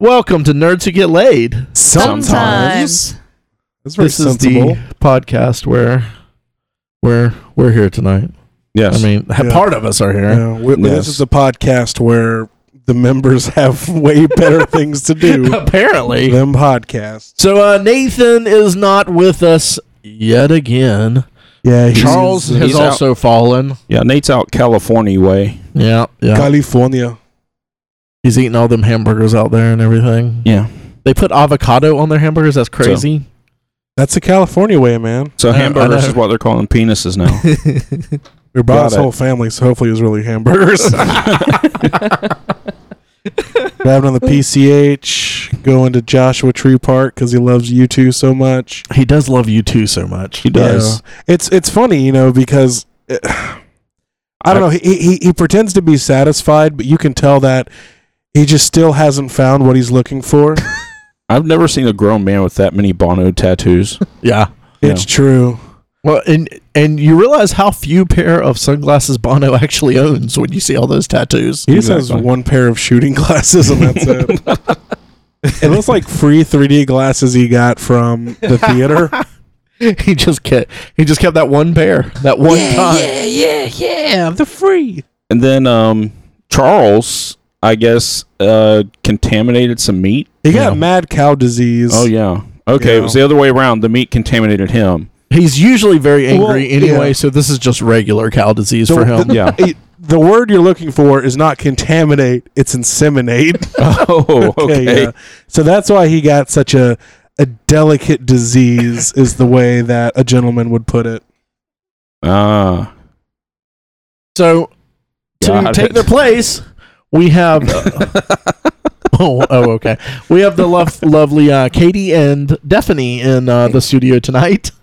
Welcome to Nerds Who Get Laid. Sometimes. That's very This is sensible. the podcast where we're we're here tonight. yes. I mean, ha Yeah. part of us are here. Yeah, we- Yes. This is a podcast where the members have way better things to do Apparently. than podcasts. So uh, Nathan is not with us yet again. Yeah, he's Charles in has he's out. also fallen. Yeah, Nate's out California way. Yeah, yeah. California. He's eating all them hamburgers out there and everything. Yeah. They put avocado on their hamburgers. That's crazy. That's a California way, man. So Uh, I know, I hamburgers know. is what they're calling penises now. We brought Got his it. whole family, so hopefully it was really hamburgers. Grabbing on the PCH, going to Joshua Tree Park because he loves you two so much. he does love you too so much. He does. Yeah. It's it's funny, you know, because uh, I don't know. He, he he pretends to be satisfied, but you can tell that he just still hasn't found what he's looking for. I've never seen a grown man with that many Bono tattoos. Yeah. It's true. Well, and and you realize how few pair of sunglasses Bono actually owns when you see all those tattoos. He just has Exactly. one pair of shooting glasses, and that's it. it looks like free 3D glasses he got from the theater. He just kept he just kept that one pair that one time. yeah, yeah. They're free. And then um, Charles, I guess, uh, contaminated some meat. He got Yeah. mad cow disease. Oh yeah. Okay, Yeah. it was the other way around. The meat contaminated him. He's usually very angry Well, anyway, yeah. so this is just regular cow disease The- for him. the- Yeah. it- the word you're looking for is not contaminate; it's inseminate. Oh, okay. yeah. So that's why he got such a a delicate disease is the way that a gentleman would put it. Ah. So to Got take it. their place, we have oh, oh okay. We have the lov- lovely uh, Katie and Daphne in uh, the studio tonight.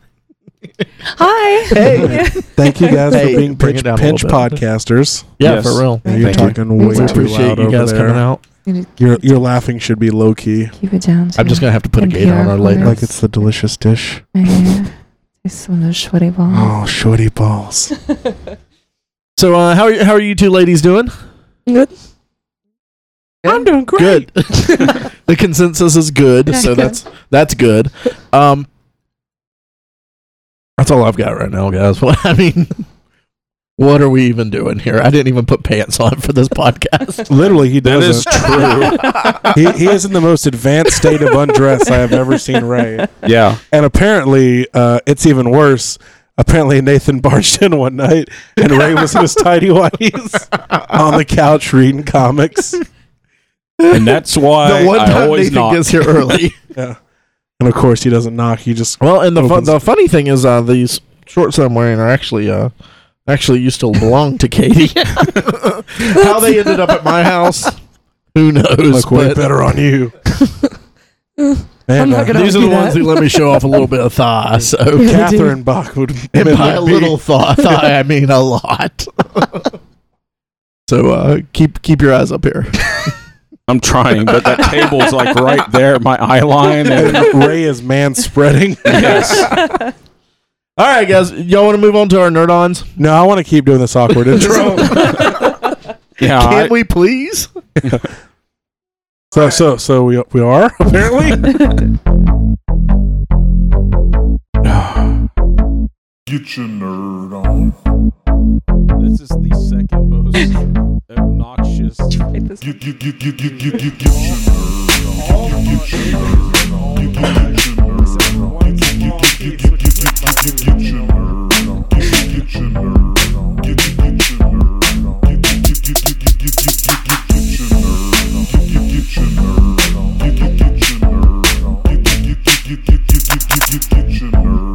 Hi. Hey. Thank you guys Hey, for being bring it pinch, down a pinch little bit. podcasters. Yeah, Yes. for real. Yeah, Thank you're you. talking We way We too appreciate loud you over guys there. coming out. Your your laughing should be low key, Keep it down. I'm just gonna have to put a And gate on here her for later. Yes. like it's the delicious dish. gonna. It's one of those sweaty balls. Oh, shorty balls. So uh, how are you, how are you two ladies doing? Good. I'm doing great. Good. the consensus is good, so that's that's good. Um, that's all I've got right now, guys. Well, I mean, what are we even doing here? I didn't even put pants on for this podcast. Literally, he That is doesn't. true. he, he is in the most advanced state of undress I have ever seen Ray. yeah. And apparently, uh, it's even worse. Apparently, Nathan barged in one night, and Ray was in his tidy whities on the couch reading comics. And that's why the one I time always Nathan knock. gets here early. Yeah. And of course, he doesn't knock. He just well, and the fun, Opens- the funny thing is, uh, these shorts that I'm wearing are actually uh actually used to belong to Katie. How they ended up at my house, who knows? look way but- better on you. Man, I'm not uh, gonna- These are do the that. ones who let me show off a little bit of thigh. So, Catherine Bach would and by would a be- little thigh, thigh, I mean a lot. so uh, keep keep your eyes up here. I'm trying, but that table's like right there at my eye line. And and Ray is man spreading. yes. All right, guys, y'all want to move on to our nerd-ons? No, I want to keep doing this awkward intro. Yeah. Can I- we please? so, so, so we we are apparently. Get your nerd on. This is the second most obnoxious. Oh. Get, get, get, get, get, get, get, get your nerd on. Get, get your nerd on. Get, get, get your nerd on. Get, get, get, get, get, get, get, get, get, get your nerd on. Get, get, get your nerd on. Get, get, get your nerd on. Get, get, get, get, get, get, get, get, get, get, get your nerd on. Get, get, get your nerd on. Get, get, get your nerd on. Get, get, get, get, get, get, get, get, get, get your nerd on. Get, get, get your nerd on. Get, get, get your nerd on.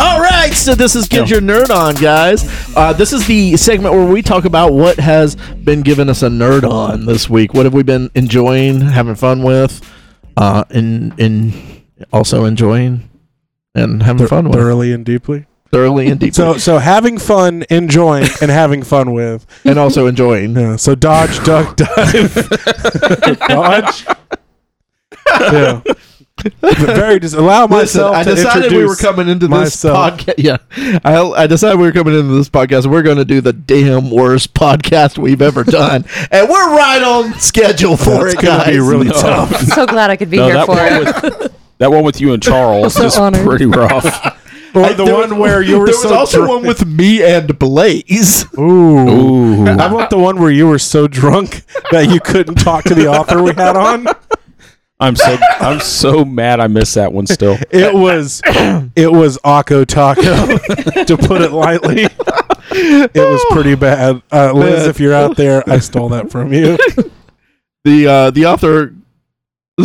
All right, so this is Get Your Nerd On, guys. Uh, this is the segment where we talk about what has been giving us a nerd on this week. What have we been enjoying, having fun with, uh, and, and also enjoying and having fun with thoroughly and deeply. thoroughly and deeply. So, so having fun, enjoying, and having fun with. and also enjoying. Yeah. So dodge, duck, dive, dodge. Yeah. very just allow Listen, myself. I to decided we were introduce coming into this myself. podcast. Yeah, I, I decided we were coming into this podcast. We're going to do the damn worst podcast we've ever done, and we're right on schedule for That's it, gonna guys. be really tough. I'm so glad I could be here that, for it. one with, that one with you and Charles So is honored. pretty rough. Or I- the there one was- where you were there so was also drunk. one with me and Blaze. Ooh. Ooh. I want the one where you were so drunk that you couldn't talk to the author we had on. I'm so I'm so mad I missed that one still. It was it was Akko Taco, to put it lightly. It was pretty bad. Uh, Liz, Man. if you're out there, I stole that from you. The uh, the author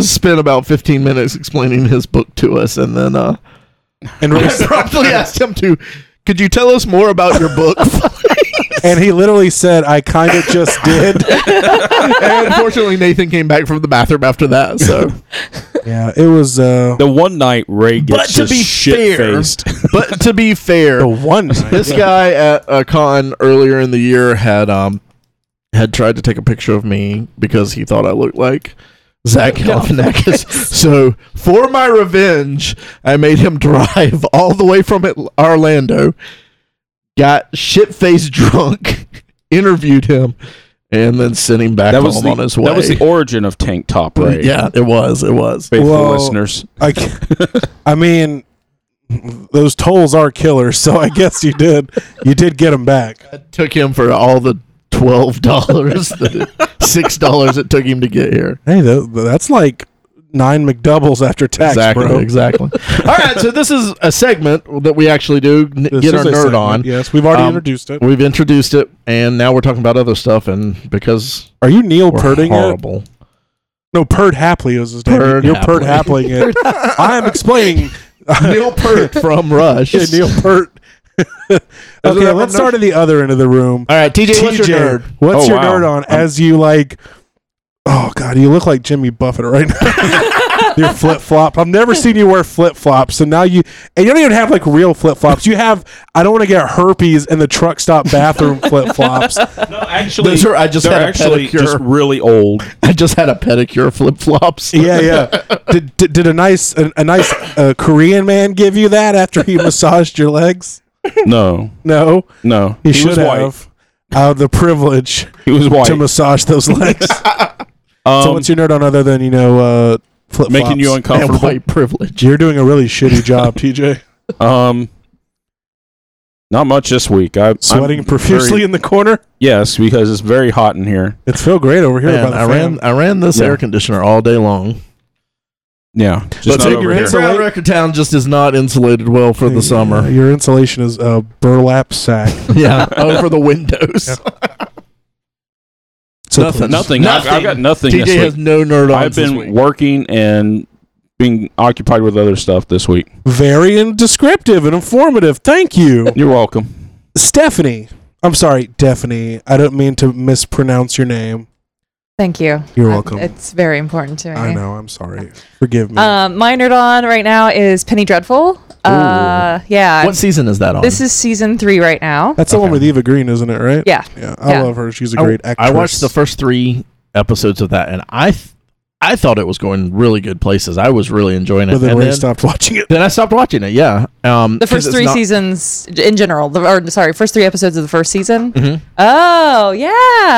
spent about 15 minutes explaining his book to us, and then uh, And we're- I promptly asked him to. Could you tell us more about your book? and he literally said, "I kind of just did." and unfortunately, Nathan came back from the bathroom after that. So, Yeah, it was uh, The one night Ray But gets to be shit faced. but to be fair, the one. night. This guy at a con earlier in the year had um had tried to take a picture of me because he thought I looked like Zach Galifianakis. so for my revenge, I made him drive all the way from it- Orlando, got shit faced drunk, interviewed him, and then sent him back That home was the, on his way. Mm, that was the origin of Tank Top Ray. yeah, it was. It was. Faithful Well- listeners. I, c- I mean, those tolls are killers, so I guess you did. You did get them back. took him for all the twelve dollars, six dollars it took him to get here. Hey, tho- that's like nine McDoubles after tax, exactly, bro. exactly. All right, so this is a segment that we actually do n- This get our is a nerd segment, on. Yes, we've already Um, introduced it. We've introduced it, and now we're talking about other stuff. And because Are you Neil we're Purting it? horrible, No, Purd Hapley is his name. Perd You're Purd Hapley. Hapling it. I am explaining. Neil Pert from Rush. Yeah, Neil Pert. okay, that let's my start at the other end of the room. All right, TJ, what's your TJ, nerd? what's Oh, your wow. nerd on? I'm- As you like, oh god, you look like Jimmy Buffett right now. Your flip flop. I've never seen you wear flip flops, so now you and you don't even have like real flip flops. You have I don't want to get herpes in the truck stop bathroom flip flops. Actually, Those are- I just they're had a actually pedicure. just really old. I just had a pedicure, flip flops. Yeah, yeah. Did, did, did a nice a, a nice uh, Korean man give you that after he massaged your legs? No, No, no, he, should was have. Out of the privilege white. He was white. to massage those legs. um, so what's your nerd on other than you know uh, flip making you and uncomfortable. white privilege. You're doing a really shitty job, TJ. Um, not much this week. I, I'm Sweating very- profusely in the corner. yes, because it's very hot in here. It's feel great over here. Man, by the I ran, I ran this Yeah. air conditioner all day long. Yeah, just But not take over your here. hands around Record Town just is not insulated well for the summer. your insulation is a burlap sack. yeah, over the windows. So Nothing. please. Nothing. I've, I've got nothing. TJ this week. has no nerd on. I've been working and being occupied with other stuff this week. Very in- descriptive and informative. Thank you, You're welcome. Stephanie. I'm sorry, Stephanie. I don't mean to mispronounce your name. Thank you. You're I'm- welcome. It's very important to me. I know. I'm sorry. Forgive me. Um, my nerd on right now is Penny Dreadful. Uh, yeah. What season is that on? This is season three right now. That's the one with Eva Green, isn't it? Right? Yeah. Yeah. I Yeah. love her. She's a great actress. I watched the first three episodes of that, and I, th- I thought it was going really good places. I was really enjoying it. But then and Ray then, stopped watching it. then I stopped watching it. Yeah, um, The 'cause first it's three not- seasons in general, the, or sorry, first three episodes of the first season. Mhm. Oh yeah,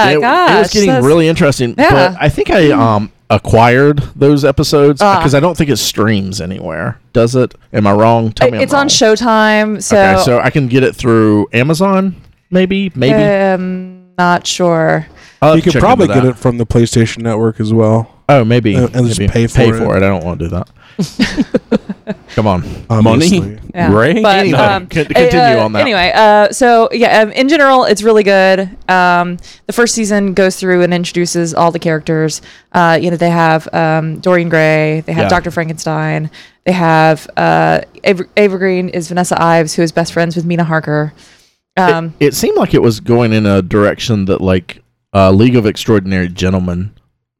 It, gosh, it was getting that's- really interesting. Yeah. But I think I um acquired those episodes Ah. because I don't think it streams anywhere. Does it? Am I wrong? Tell me. I'm It's on wrong. Showtime, so, okay, so I can get it through Amazon, maybe, maybe. um, not sure. I'll You could check probably into get that. it from the PlayStation Network as well. Oh, maybe. Uh, and just maybe. pay for it. I don't want to do that. Come on. Obviously. Money, Yeah. Ray. But Anyway, um, con- uh, continue on that. Anyway, uh, so yeah, um, in general, it's really good. Um, the first season goes through and introduces all the characters. Uh, you know, they have um, Dorian Gray, they have Yeah. Doctor Frankenstein, they have uh, Aver- Evergreen is Vanessa Ives, who is best friends with Mina Harker. Um, it, it seemed like it was going in a direction that like uh, League of Extraordinary Gentlemen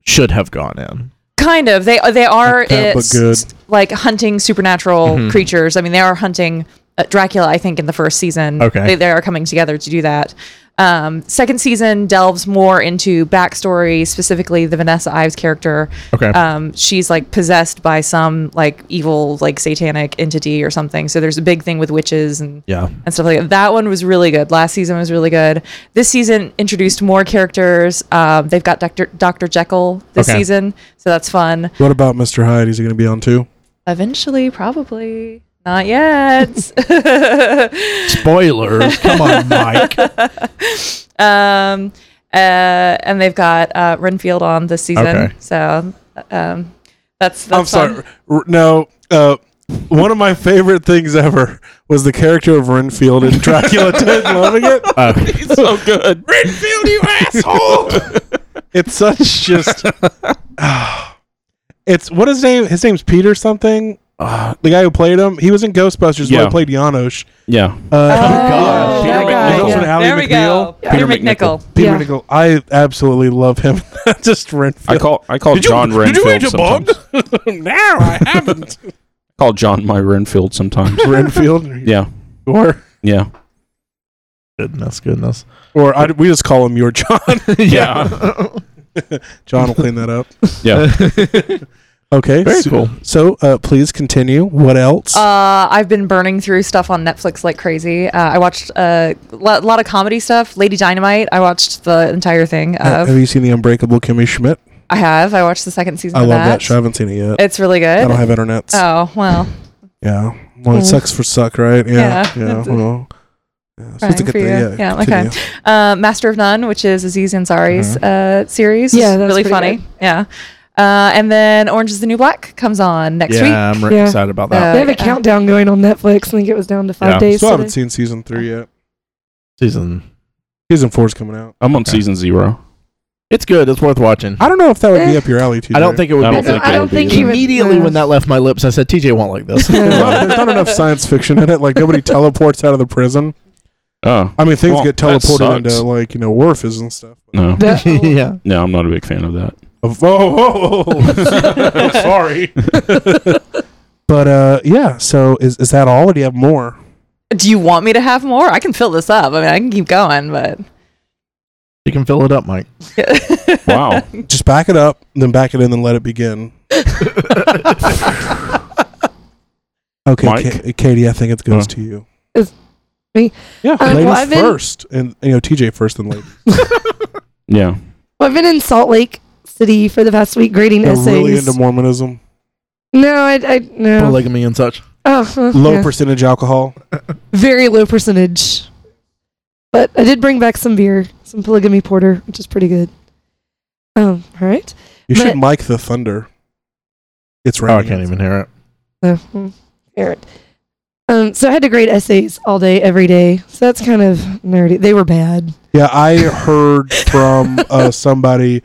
should have gone in. kind of they they are Like that, but it's good. like hunting supernatural creatures i mean they are hunting uh, Dracula, I think, in the first season. Okay. They, they are coming together to do that. Um, second season delves more into backstory, specifically the Vanessa Ives character. Okay. Um, she's like possessed by some like evil, like satanic entity or something. So there's a big thing with witches and Yeah. and stuff like that. That one was really good. Last season was really good. This season introduced more characters. Um, they've got Doctor Doctor Jekyll this Okay. season, so that's fun. What about Mr. Hyde? Is he going to be on too? Eventually, probably. Not yet. Spoilers. Come on, Mike. um, uh, and they've got uh, Renfield on this season. Okay. So um, that's, that's I'm fun. sorry. R- No, uh, one of my favorite things ever was the character of Renfield in Dracula 10. Loving it. Oh, It's so good. Renfield, you asshole! It's such just. it's what his name? His name's Peter something. Uh, the guy who played him, he was in Ghostbusters where Yeah. he played Janosch. yeah. Uh, God. Oh, that Peter McNichol. guy, yeah. Also an Ally There we go. McNeil. Peter Peter McNichol. McNichol. Peter Yeah. Nichol. I absolutely love him. just Renfield. I call I call Oh, John Renfield sometimes. now I haven't. call John my Renfield sometimes. Renfield. yeah. Or Yeah. Goodness, goodness. or I, we just call him your John. Yeah. John will clean that up. Yeah. Okay. Very so, cool. So uh, please continue. What else? Uh, I've been burning through stuff on Netflix like crazy. Uh, I watched a lot of comedy stuff. Lady Dynamite. I watched the entire thing. Uh, Of. have you seen the Unbreakable Kimmy Schmidt? I have. I watched the second season. I of love that. that show. I haven't seen it yet. It's really I good. don't have internets. Oh well, Yeah. Well, it sucks for suck, right? Yeah. Yeah. Yeah. well, yeah. So Crying it's a good for thing. you. Yeah. Yeah, continue. okay. uh, Master of None, which is Aziz Ansari's Mm-hmm. uh, series. Yeah, It's that's really pretty funny. good. Yeah, uh, and then Orange is the New Black comes on next week. yeah, I'm re- Yeah. excited about that. Uh, they have a yeah. countdown going on Netflix. I think it was down Oh, to five Yeah. days. Still haven't today. seen season three yet. Season. Season four's coming out. I'm on season zero. It's good. It's worth watching. I don't know if that would be Eh. up your alley, too. I don't think it would I be. don't think I it don't would be think either. he would. immediately yeah. when that left my lips, I said, "TJ won't like this." there's not, Yeah. there's not enough science fiction in it. Like nobody teleports out of the prison. Oh. I mean, things Well, get that teleported into sucks. like you know wharfies and stuff. No. That- yeah. No, I'm not a big fan of that. Oh, oh, oh, oh. sorry. but uh, yeah. So is is that all? Or do you have more? Do you want me to have more? I can fill this up. I mean, I can keep going, but You can fill it up, Mike. Wow. Just back it up, then back it in, then let it begin. Okay, Mike? Ka- Katie, I think it goes Huh. to you. Is- me? Yeah, Um, ladies well, I've been- first, and you know TJ first, then ladies. Yeah. Well, I've been in Salt Lake City for the past week grading They're essays. really into Mormonism. no, I, I no. Polygamy and such. oh, huh, Low yeah. percentage alcohol. very low percentage. But I did bring back some beer, some polygamy porter, which is pretty good. Um, all right. You should But- mic the thunder. It's Oh, I raining. can't even hear it. So, mm, Aaron. Um, so I had to grade essays all day, every day. So that's kind of nerdy. They were bad. Yeah, I heard from uh, somebody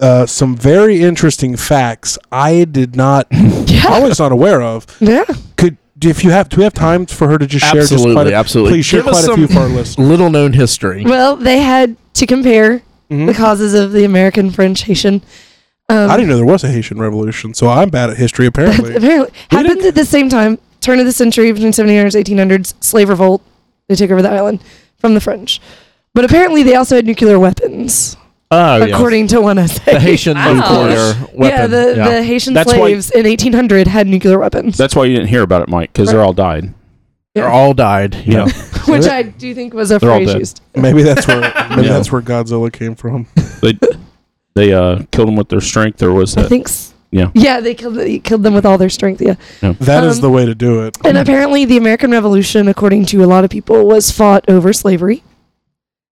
uh, some very interesting facts I did not, I was not aware of. Yeah. Could if you have do we have time for her to just share? Just quite Absolutely, a, absolutely. Please share Give us quite a some- few for our listeners. Little known history. Well, they had to compare Mhm. the causes of the American French Haitian. Um, I didn't know there was a Haitian Revolution, so I'm bad at history apparently. apparently We happened at the same time turn of the century between 1700s 1800s slave revolt they took over the island from the french but apparently they also had nuclear weapons oh, according to one essay the Haitian Wow. nuclear weapon. yeah the, the haitian That's why- slaves in 1800 had nuclear weapons That's why you didn't hear about it, Mike, because they're all died. They're all died. Yeah. which i do think was a They're all phrase dead. used Maybe that's where maybe Yeah. that's where Godzilla came from. They they uh killed them with their strength or was i that think s- Yeah. yeah they killed, they killed them with all their strength yeah That is Um, the way to do it. Mm. and apparently the american revolution according to a lot of people was fought over slavery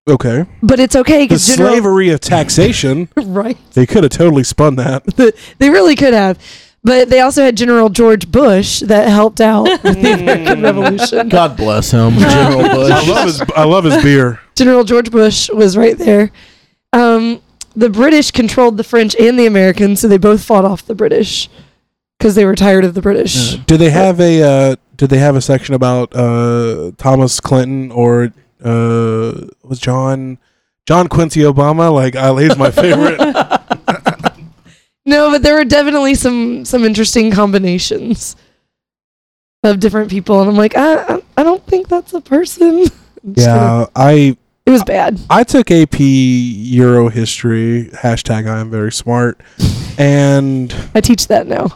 Okay, but it's okay the because general slavery of taxation. right They could have totally spun that. The- they really could have. But they also had General George Bush that helped out with the American Revolution. God bless him, General I Bush. love his I love his beer. General George Bush was right there. Um, the British controlled the French and the Americans, so they both fought off the British because they were tired of the British. Do they have a uh, Did they have a section about uh, Thomas Clinton or uh, was John John Quincy Obama? Like, I, he's my favorite. No, but there were definitely some some interesting combinations of different people, and I'm like, I I, I don't think that's a person. I'm just gonna- Yeah, I It was bad. I took AP Euro history hashtag I am very smart, and I teach that now.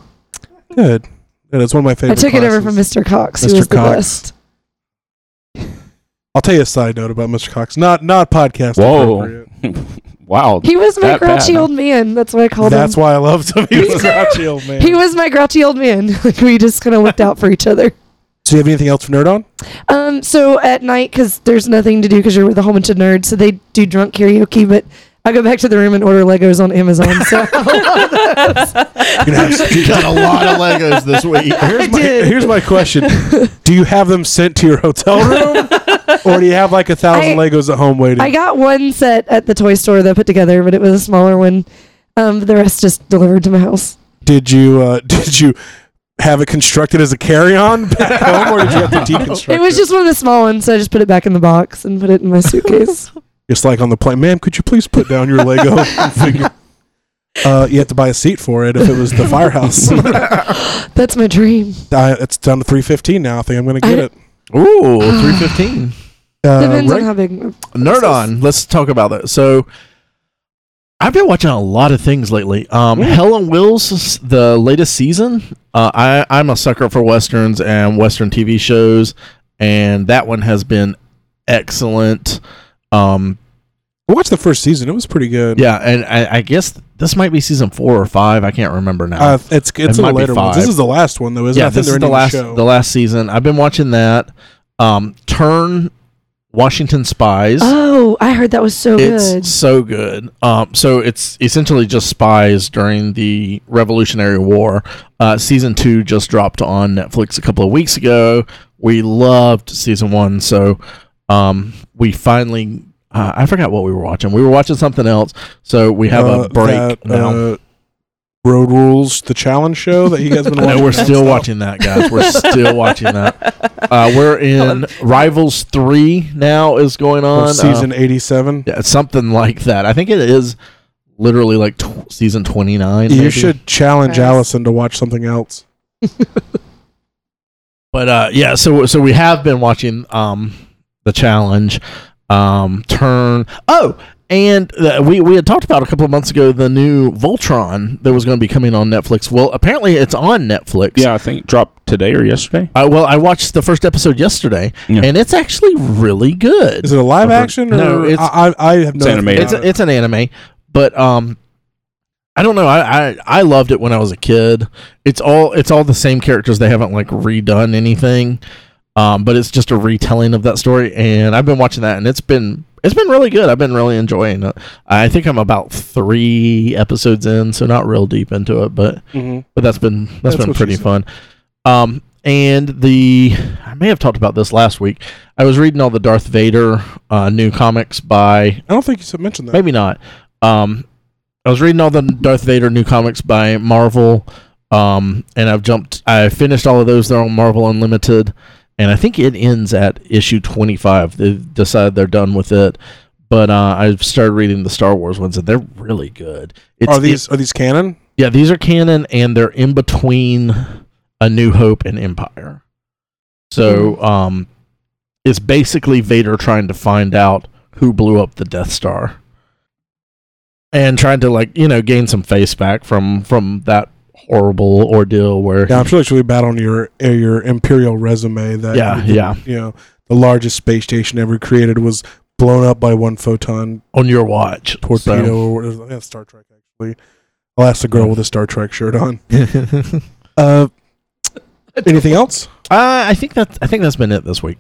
good. And it's one of my favorite. I took it over from classes. Mr. Cox, who Mr. was the Cox. best. I'll tell you a side note about Mr. Cox. Not not podcast. Whoa. appropriate. wow. He was my That bad, grouchy huh? old man. That's what I called That's him. why I loved him. He Me was too. grouchy old man. He was my grouchy old man. Like we just kind of looked out for each other. Do you have anything else for Nerd On? Um, so at night, because there's nothing to do, because you're with a whole bunch of nerds, so they do drunk karaoke. But I go back to the room and order Legos on Amazon. So You can have- got a lot of Legos this week. Here's my, did. here's my question: Do you have them sent to your hotel room, or do you have like a thousand I- Legos at home waiting? I got one set at the toy store that I put together, but it was a smaller one. Um, the rest just delivered to my house. did you uh, did you have it constructed as a carry-on back home, or did you have to deconstruct It was just one of the small ones, so I just put it back in the box and put it in my suitcase. It's like on the plane, ma'am, could you please put down your Lego figure? Uh, you have to buy a seat for it if it was the firehouse. That's my dream. I, it's down to three fifteen now. I think I'm going to get I- it. Ooh, 315. Uh, Uh, Depends right- on how big. Nerd on. Let's talk about that. So, I've been watching a lot of things lately. Um, Hell on Wheels, the latest season. Uh, I, I'm a sucker for westerns and western TV shows, and that one has been excellent. Um, I watched the first season. It was pretty good. yeah, and I, I guess this might be season four or five. I can't remember now. Uh, it's it's It a might be later one. This five. is the last one though, isn't it? yeah, I think this they're is the ending last show. the last season. I've been watching that. Um, Turn Washington Spies. Oh, I heard that was so it's good. so good. Um, so it's essentially just spies during the Revolutionary War. Uh, season two just dropped on Netflix a couple of weeks ago. We loved season one, so um, we finally. Uh, I forgot what we were watching. We were watching something else, so we have Uh, a break that, now. uh, Road Rules, the challenge show that you guys been I watching. know we're still nonstop. watching that, guys. We're still watching that. Uh, we're in Rivals Three now is going Well, on Uh, season eighty-seven. Yeah, something like that. I think it is literally like tw- season 29. You maybe. should challenge Nice. Allison to watch something else. But uh yeah, so so we have been watching um the challenge um turn Oh, and uh, we we had talked about a couple of months ago the new Voltron that was going to be coming on Netflix. Well, apparently it's on Netflix. Yeah, I think it dropped today or yesterday. Uh, well, I watched the first episode yesterday, Yeah. and it's actually really good. Is it a live Okay. action? Or No, it's- I, I I have no. it's animated. it's, it's an anime but um i don't know I, I i loved it when i was a kid it's all it's all the same characters they haven't like redone anything um but it's just a retelling of that story and i've been watching that and it's been it's been really good i've been really enjoying it i think i'm about three episodes in so not real deep into it but hmm but that's been That's that's been what she pretty said. fun. Um, and the I may have talked about this last week. I was reading all the Darth Vader uh, new comics by I don't think you said- mentioned that. maybe not. Um, I was reading all the Darth Vader new comics by Marvel, um, and I've jumped. I finished all of those. They're on Marvel Unlimited, and I think it ends at issue twenty-five. They decided they're done with it. But uh, I've started reading the Star Wars ones, and they're really good. It's, are these are these canon? yeah, these are canon, and they're in between A New Hope and Empire. Mm-hmm. So, um, it's basically Vader trying to find out who blew up the Death Star, and trying to like you know gain some face back from from that horrible ordeal where Yeah, I'm sure it's really bad on your uh, your imperial resume. That Yeah, you, yeah. You know, the largest space station ever created was blown up by one photon on your watch torpedo. So- Or, whatever- yeah, Star Trek actually. I'll ask the girl with a Star Trek shirt on. Uh, anything else? uh, I think that I think that's been it this week.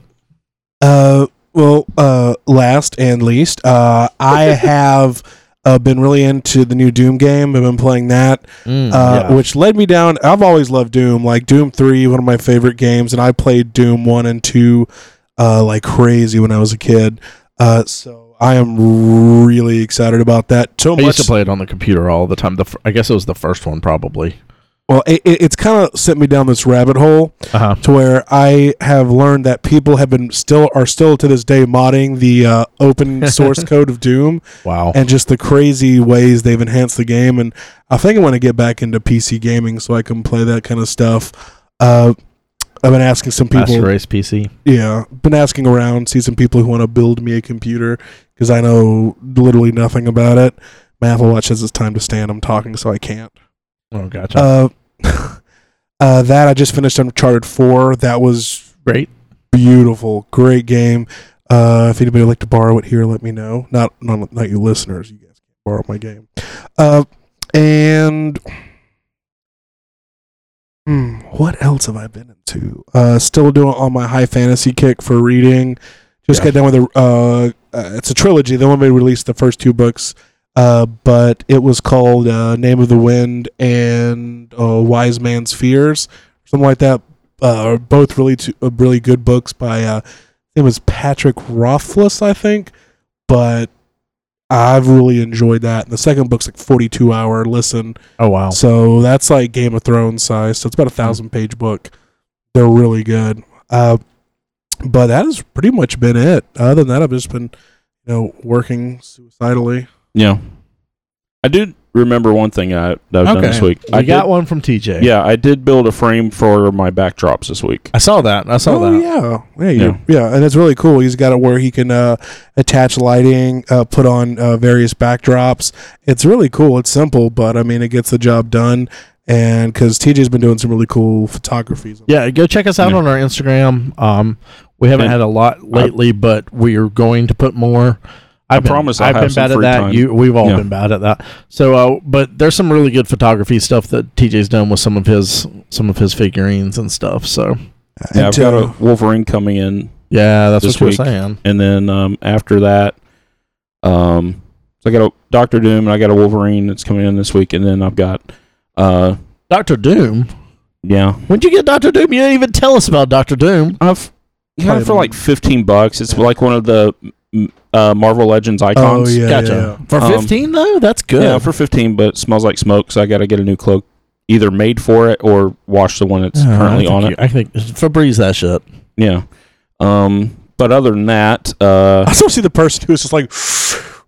Uh, well, uh, last and least, uh, I have uh, been really into the new Doom game. I've been playing that, Mm, uh, yeah. which led me down. I've always loved Doom, like Doom Three, one of my favorite games, and I played Doom One and Two uh, like crazy when I was a kid. Uh, so I am really excited about that. So I much used to play it on the computer all the time. The fir- I guess it was the first one probably. Well, it, it, it's kind of sent me down this rabbit hole Uh-huh. to where I have learned that people have been still are still to this day modding the uh, open source code of Doom Wow. and just the crazy ways they've enhanced the game. And I think I want to get back into PC gaming so I can play that kind of stuff. Uh, I've been asking some people. Master Race PC. Yeah, been asking around, see some people who want to build me a computer because I know literally nothing about it. My Apple Watch says it's time to stand. I'm talking, so I can't. Oh, gotcha. Uh, uh, that I just finished Uncharted Four. That was Great. beautiful, great game. Uh, if anybody would like to borrow it here, let me know. Not not, not you listeners. You guys can borrow my game. Uh, and hmm, what else have I been into? Uh, still doing on my high fantasy kick for reading. Just Yeah. got done with a. Uh, uh, it's a trilogy. They only released the first two books. Uh, but it was called uh, Name of the Wind and uh, Wise Man's Fears, something like that. Uh, are both really two, uh, really good books by uh, it was Patrick Rothfuss, I think. But I've really enjoyed that. And the second book's like forty two hour listen, Oh wow. so that's like Game of Thrones size. So it's about a thousand page book. They're really good. Uh, but that has pretty much been it. Other than that, I've just been you know working suicidally. Yeah. I do remember one thing I, that I've done Okay. this week. I I got did, one from TJ. Yeah, I did build a frame for my backdrops this week. I saw that. I saw oh, that. yeah, yeah, you- yeah, and it's really cool. He's got it where he can uh, attach lighting, uh, put on uh, various backdrops. It's really cool. It's simple, but I mean, it gets the job done. And because TJ's been doing some really cool photographies. Yeah, go check us out Yeah. on our Instagram. Um, we haven't And had a lot lately, but we are going to put more. I've been, promise I I've have been some bad at free that. time. You, we've all Yeah. been bad at that. So, uh, but there's some really good photography stuff that TJ's done with some of his some of his figurines and stuff. So, Yeah, And, I've got uh, a Wolverine coming in, yeah, that's This what week. you're saying. and then um, after that, um, so I got a Doctor Doom, and I got a Wolverine that's coming in this week, and then I've got, uh, Doctor Doom. yeah, When'd you get Doctor Doom? You didn't even tell us about Doctor Doom. I've got it for like fifteen bucks. It's like one of the mm, uh, Marvel Legends oh icons. yeah, gotcha. yeah, For Um, fifteen though, that's good. Yeah, for 15, but it smells like smoke, so I got to get a new cloak either made for it or wash the one that's Uh, I currently think on you- it. I think Febreze that shit. Yeah. Um, but other than that, uh, I still see the person who's just like,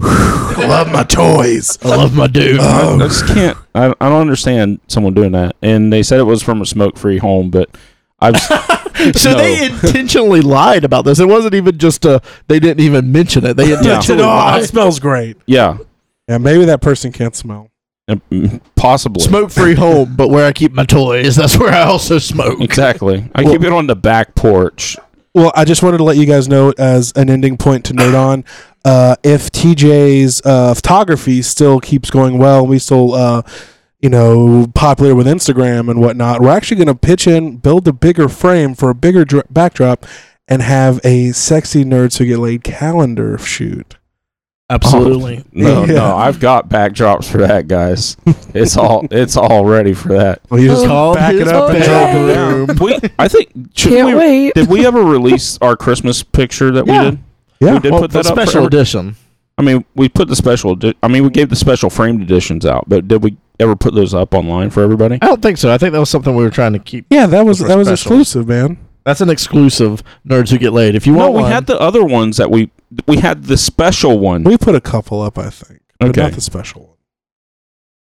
I love my toys. I love my dude. I, I Oh, just can't. I, I don't understand someone doing that. And they said it was from a smoke-free home, but I've So No. they intentionally lied about this. It wasn't even just a. They didn't even mention it. They yeah. intentionally Oh, it lied. smells great. yeah, Yeah, maybe that person can't smell. mm, possibly Smoke free home, but where I keep my toys, that's where I also smoke. Exactly. I keep it on the back porch. Well, I just wanted to let you guys know as an ending point to note on. Uh, if TJ's uh, photography still keeps going well, we still, uh, you know, popular with Instagram and whatnot. We're actually going to pitch in, build a bigger frame for a bigger dr- backdrop, and have a sexy nerds who get laid calendar shoot. Absolutely. No, Yeah. no, I've got backdrops for that, guys. It's all it's all ready for that. Well, you just Called back it his up and drop it down. bedroom. We, I think should Can't we wait. did we ever release our Christmas picture that Yeah. we did? Yeah. we did Well, put that the up. for special every- edition. I mean, we put the special. edi- I mean, we gave the special framed editions out, but did we ever put those up online for everybody? I don't think so. I think that was something we were trying to keep. Yeah, that was Those were that was special. exclusive, man. That's an exclusive nerds who get laid. If you No, want, we one, had the other ones that we we had the special one. We put a couple up, I think, but Mm-hmm. Okay. not the special one.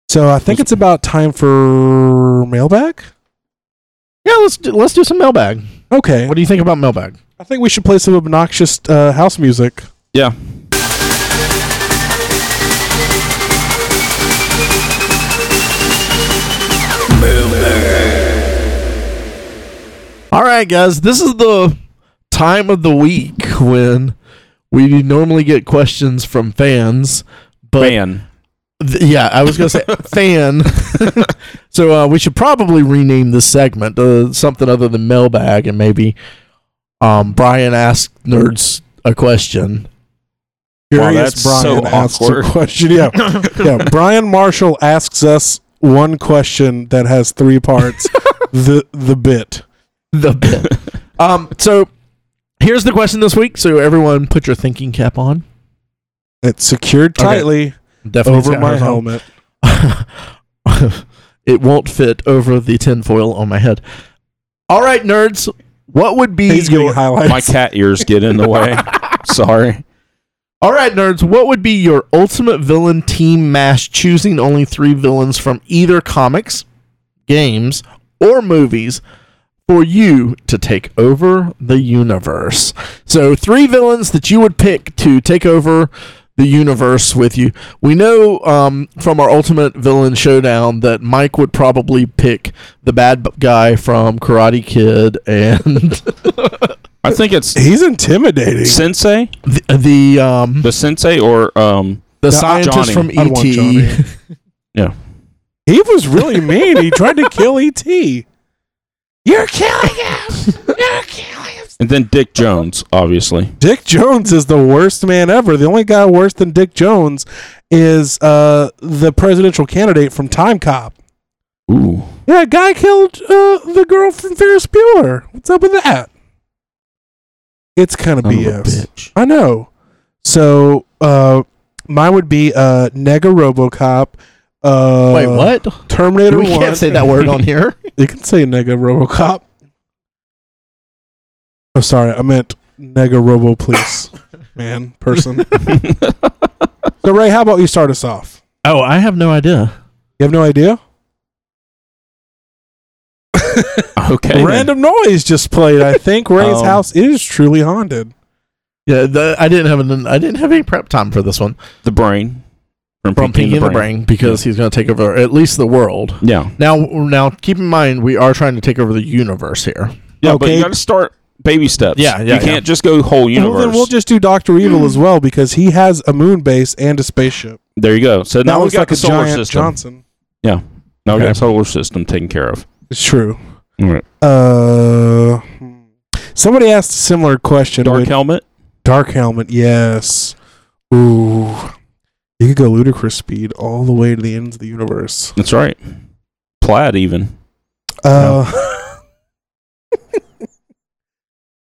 So I think it's about time for mailbag. yeah. Let's do, let's do some mailbag. Okay. What do you think about mailbag? I think we should play some obnoxious uh, house music. yeah. All right, guys. This is the time of the week when we normally get questions from fans, but Man, Th- yeah, I was gonna say fan. so uh, we should probably rename this segment to something other than mailbag, and maybe um, Brian asked nerds a question. Wow, Curious that's so asks a awkward. question. Yeah, yeah. Brian Marshall asks us one question that has three parts. the the bit. The bit. um, so here's the question this week. So everyone, put your thinking cap on. It's secured Okay. tightly Definitely over got my hers on. helmet. it won't fit over the tinfoil on my head. All right, nerds. What would be He's getting your highlights. my cat ears get in the way. Sorry. All right, nerds, what would be your ultimate villain team mash choosing only three villains from either comics, games, or movies for you to take over the universe. So, three villains that you would pick to take over the universe with you. We know um, from our Ultimate Villain Showdown that Mike would probably pick the bad b- guy from Karate Kid and I think it's He's intimidating. Sensei, the the, um, the Sensei, or um, the Now, I- scientist Johnny. from E I'd want Johnny. ET. E yeah, He was really mean. He tried to kill ET. You're killing him. You're killing him. and then Dick Jones, obviously. Dick Jones is the worst man ever. The only guy worse than Dick Jones is uh, the presidential candidate from Time Cop. Ooh, Yeah, guy killed uh, the girl from Ferris Bueller. What's up with that? It's kind of son of a BS. bitch. I know. So uh, mine would be uh, Nega RoboCop. Uh, Wait, what? Terminator We 1. can't say that word on here. You can say Nega RoboCop. Oh, sorry. I meant Nega Robo Police. Man, person. so, Ray, how about you start us off? Oh, I have no idea. You have no idea? okay, then. Random noise just played. I think Ray's Um, house is truly haunted. Yeah, the, I didn't have an, I didn't have any prep time for this one the brain from Pinky Pinky in the Brain because he's going to take over at least the world. Yeah, Now, now, keep in mind we are trying to take over the universe here. yeah, but Okay. you got to start baby steps. Yeah, yeah, you can't just go whole universe. Well, then we'll just do Doctor Evil as well because he has a moon base and a spaceship. there you go. So That now we've looks got like the a solar giant system. Johnson. Now we Okay. got the solar system taken care of. It's true. All right. Uh, somebody asked a similar question. Dark which- helmet. Dark Helmet, yes. Ooh. You could go ludicrous speed all the way to the ends of the universe. That's right. Plaid even. Uh,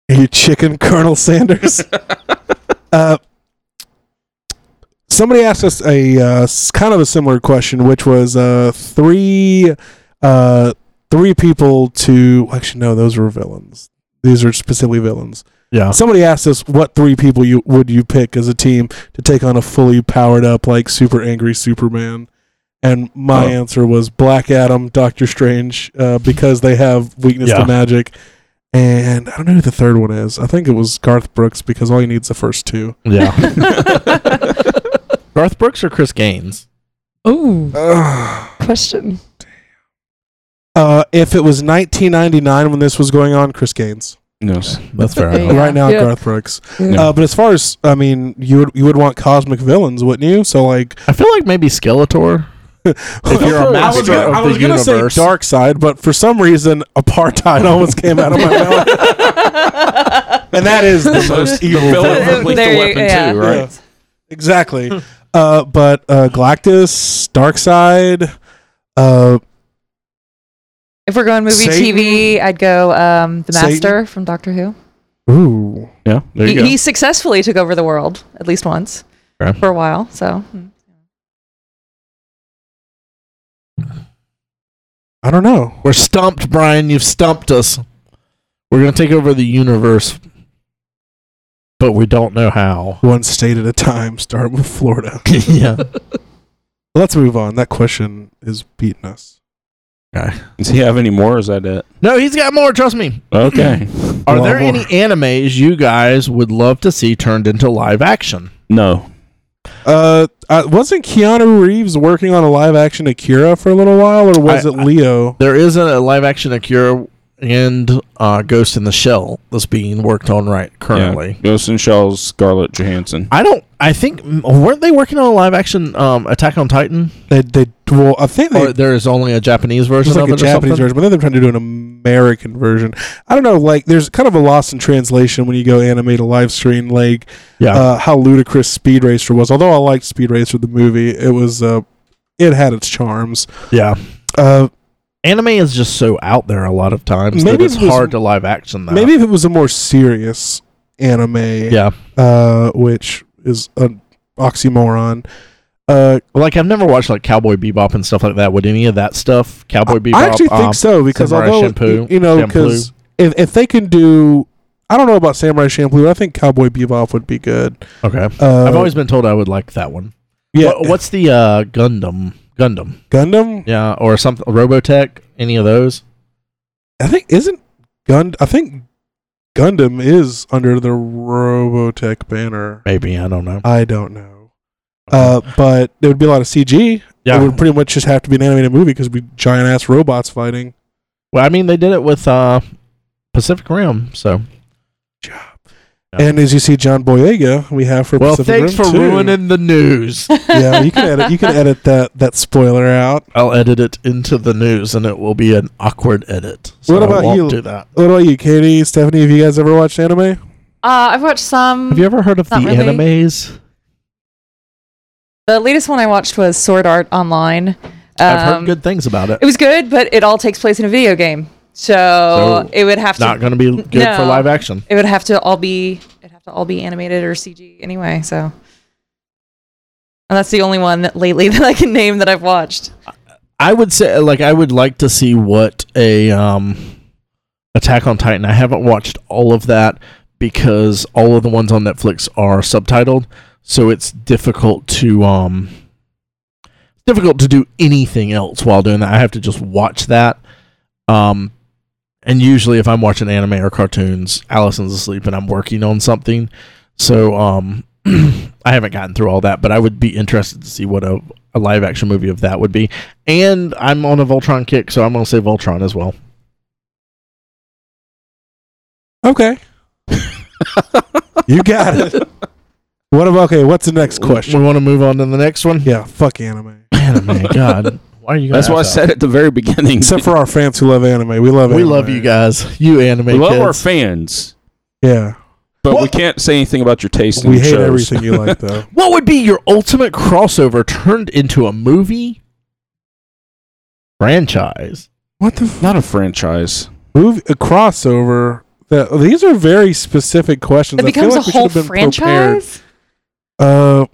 Are you chicken, Colonel Sanders? uh, somebody asked us a uh, s- kind of a similar question, which was uh, three uh, three people to actually no, those were villains. These are specifically villains. Yeah. Uh, Somebody asked us what three people you would you pick as a team to take on a fully powered up like super angry Superman, and my Oh. answer was Black Adam, Doctor Strange, uh, because they have weakness Yeah. to magic, and I don't know who the third one is. I think it was Garth Brooks because all he needs the first two. Yeah. Garth Brooks or Chris Gaines? Oh, question. Uh, if it was 1999 when this was going on, Chris Gaines. Yes. That's fair Okay. enough. Right now, Yeah. Garth Brooks. Yeah. Uh, but as far as I mean, you would you would want cosmic villains, wouldn't you? So like, I feel like maybe Skeletor. If you're a I was master gonna, of I the was gonna say universe. dark side, but for some reason, apartheid almost came out of my mouth. and that is the most evil. villain villain. from Lethal There you- Weapon yeah. too, right? Yeah. Exactly. Uh, but uh, Galactus, dark side. Uh, If we're going movie Satan. TV, I'd go um, the Satan. Master from Doctor Who. ooh, Yeah. There you He, go. he successfully took over the world at least once Okay. for a while. So I don't know. We're stumped, Brian. You've stumped us. We're going to take over the universe, but we don't know how. One state at a time. Start with Florida. yeah. Let's move on. That question is beating us. Does he have any more? Or is that it? No, he's got more. Trust me. Okay. Are Well, there more. any animes you guys would love to see turned into live action? no. Uh, uh, wasn't Keanu Reeves working on a live action Akira for a little while, or was I- it Leo? There is a live action Akira and uh, Ghost in the Shell that's being worked on right currently. Yeah. Ghost in Shell's Scarlett Johansson. I don't. I think m- weren't they working on a live action um, Attack on Titan? They, they, well, I think they Or there is only a Japanese version It's like of a it or Japanese something. version, but then they're trying to do an American version. I don't know. Like, there's kind of a loss in translation when you go anime to live stream. Like, Yeah, uh, how ludicrous Speed Racer was. Although I liked Speed Racer the movie, it was uh, it had its charms. yeah. Uh, Anime is just so out there a lot of times Maybe that it's it was- hard to live action that. Maybe if it was a more serious anime, Yeah. uh, which is an oxymoron. Uh, Like I've never watched like Cowboy Bebop and stuff like that. Would any of that stuff Cowboy Bebop? I actually um, think so because Samurai although Shampoo, you know Shampoo. because if, if they can do. I don't know about Samurai Champloo. I think Cowboy Bebop would be good. Okay. Uh, I've always been told I would like that one. yeah. Wha- what's the uh, Gundam? Gundam. Gundam? Yeah, or something. Robotech. Any of those? I think isn't Gund. I think Gundam is under the Robotech banner. Maybe I don't know. I don't know, uh, but there would be a lot of CG. It would pretty much just have to be an animated movie because we giant ass robots fighting. Well, I mean, they did it with uh, Pacific Rim, so. Yeah. And as you see, John Boyega, we have for Well, Pacific thanks Rim for 2. ruining the news. yeah, you can edit. You can edit that that spoiler out. I'll edit it into the news, and it will be an awkward edit. So What I about won't you? Do that. What about you, Katie, Stephanie? Have you guys ever watched anime? Uh, I've watched some. Have you ever heard of the Not really. animes? the latest one I watched was Sword Art Online. I've Um, heard good things about it. It was good, but it all takes place in a video game, so, So, it would have to Not going to be good for No. live action. it would have to all be it'd have to all be animated or CG anyway. So, and that's the only one that lately that I can name that I've watched. I would say, like, I would like to see what a um, Attack on Titan. I haven't watched all of that because all of the ones on Netflix are subtitled, so it's difficult to um, it's difficult to do anything else while doing that. I have to just watch that. Um, and usually, if I'm watching anime or cartoons, Allison's asleep and I'm working on something, so um, I haven't gotten through all that. But I would be interested to see what a, a live action movie of that would be. And I'm on a Voltron kick, so I'm gonna say Voltron as well. Okay, you got it. What about okay? What's the next question? We want to move on to the next one. Yeah, fuck anime. Anime, oh God, why are you? That's guys why I up? said at the very beginning. Except for our fans who love anime, we love. We anime. love you guys, you anime we love kids. our fans, Yeah, but we can't say anything about your taste. we in hate shows. everything you like though. what would be your ultimate crossover turned into a movie franchise? What the f- Not a franchise. movie a crossover? That these are very specific questions. It I feel becomes like a we whole should've been prepared. franchise. Uh,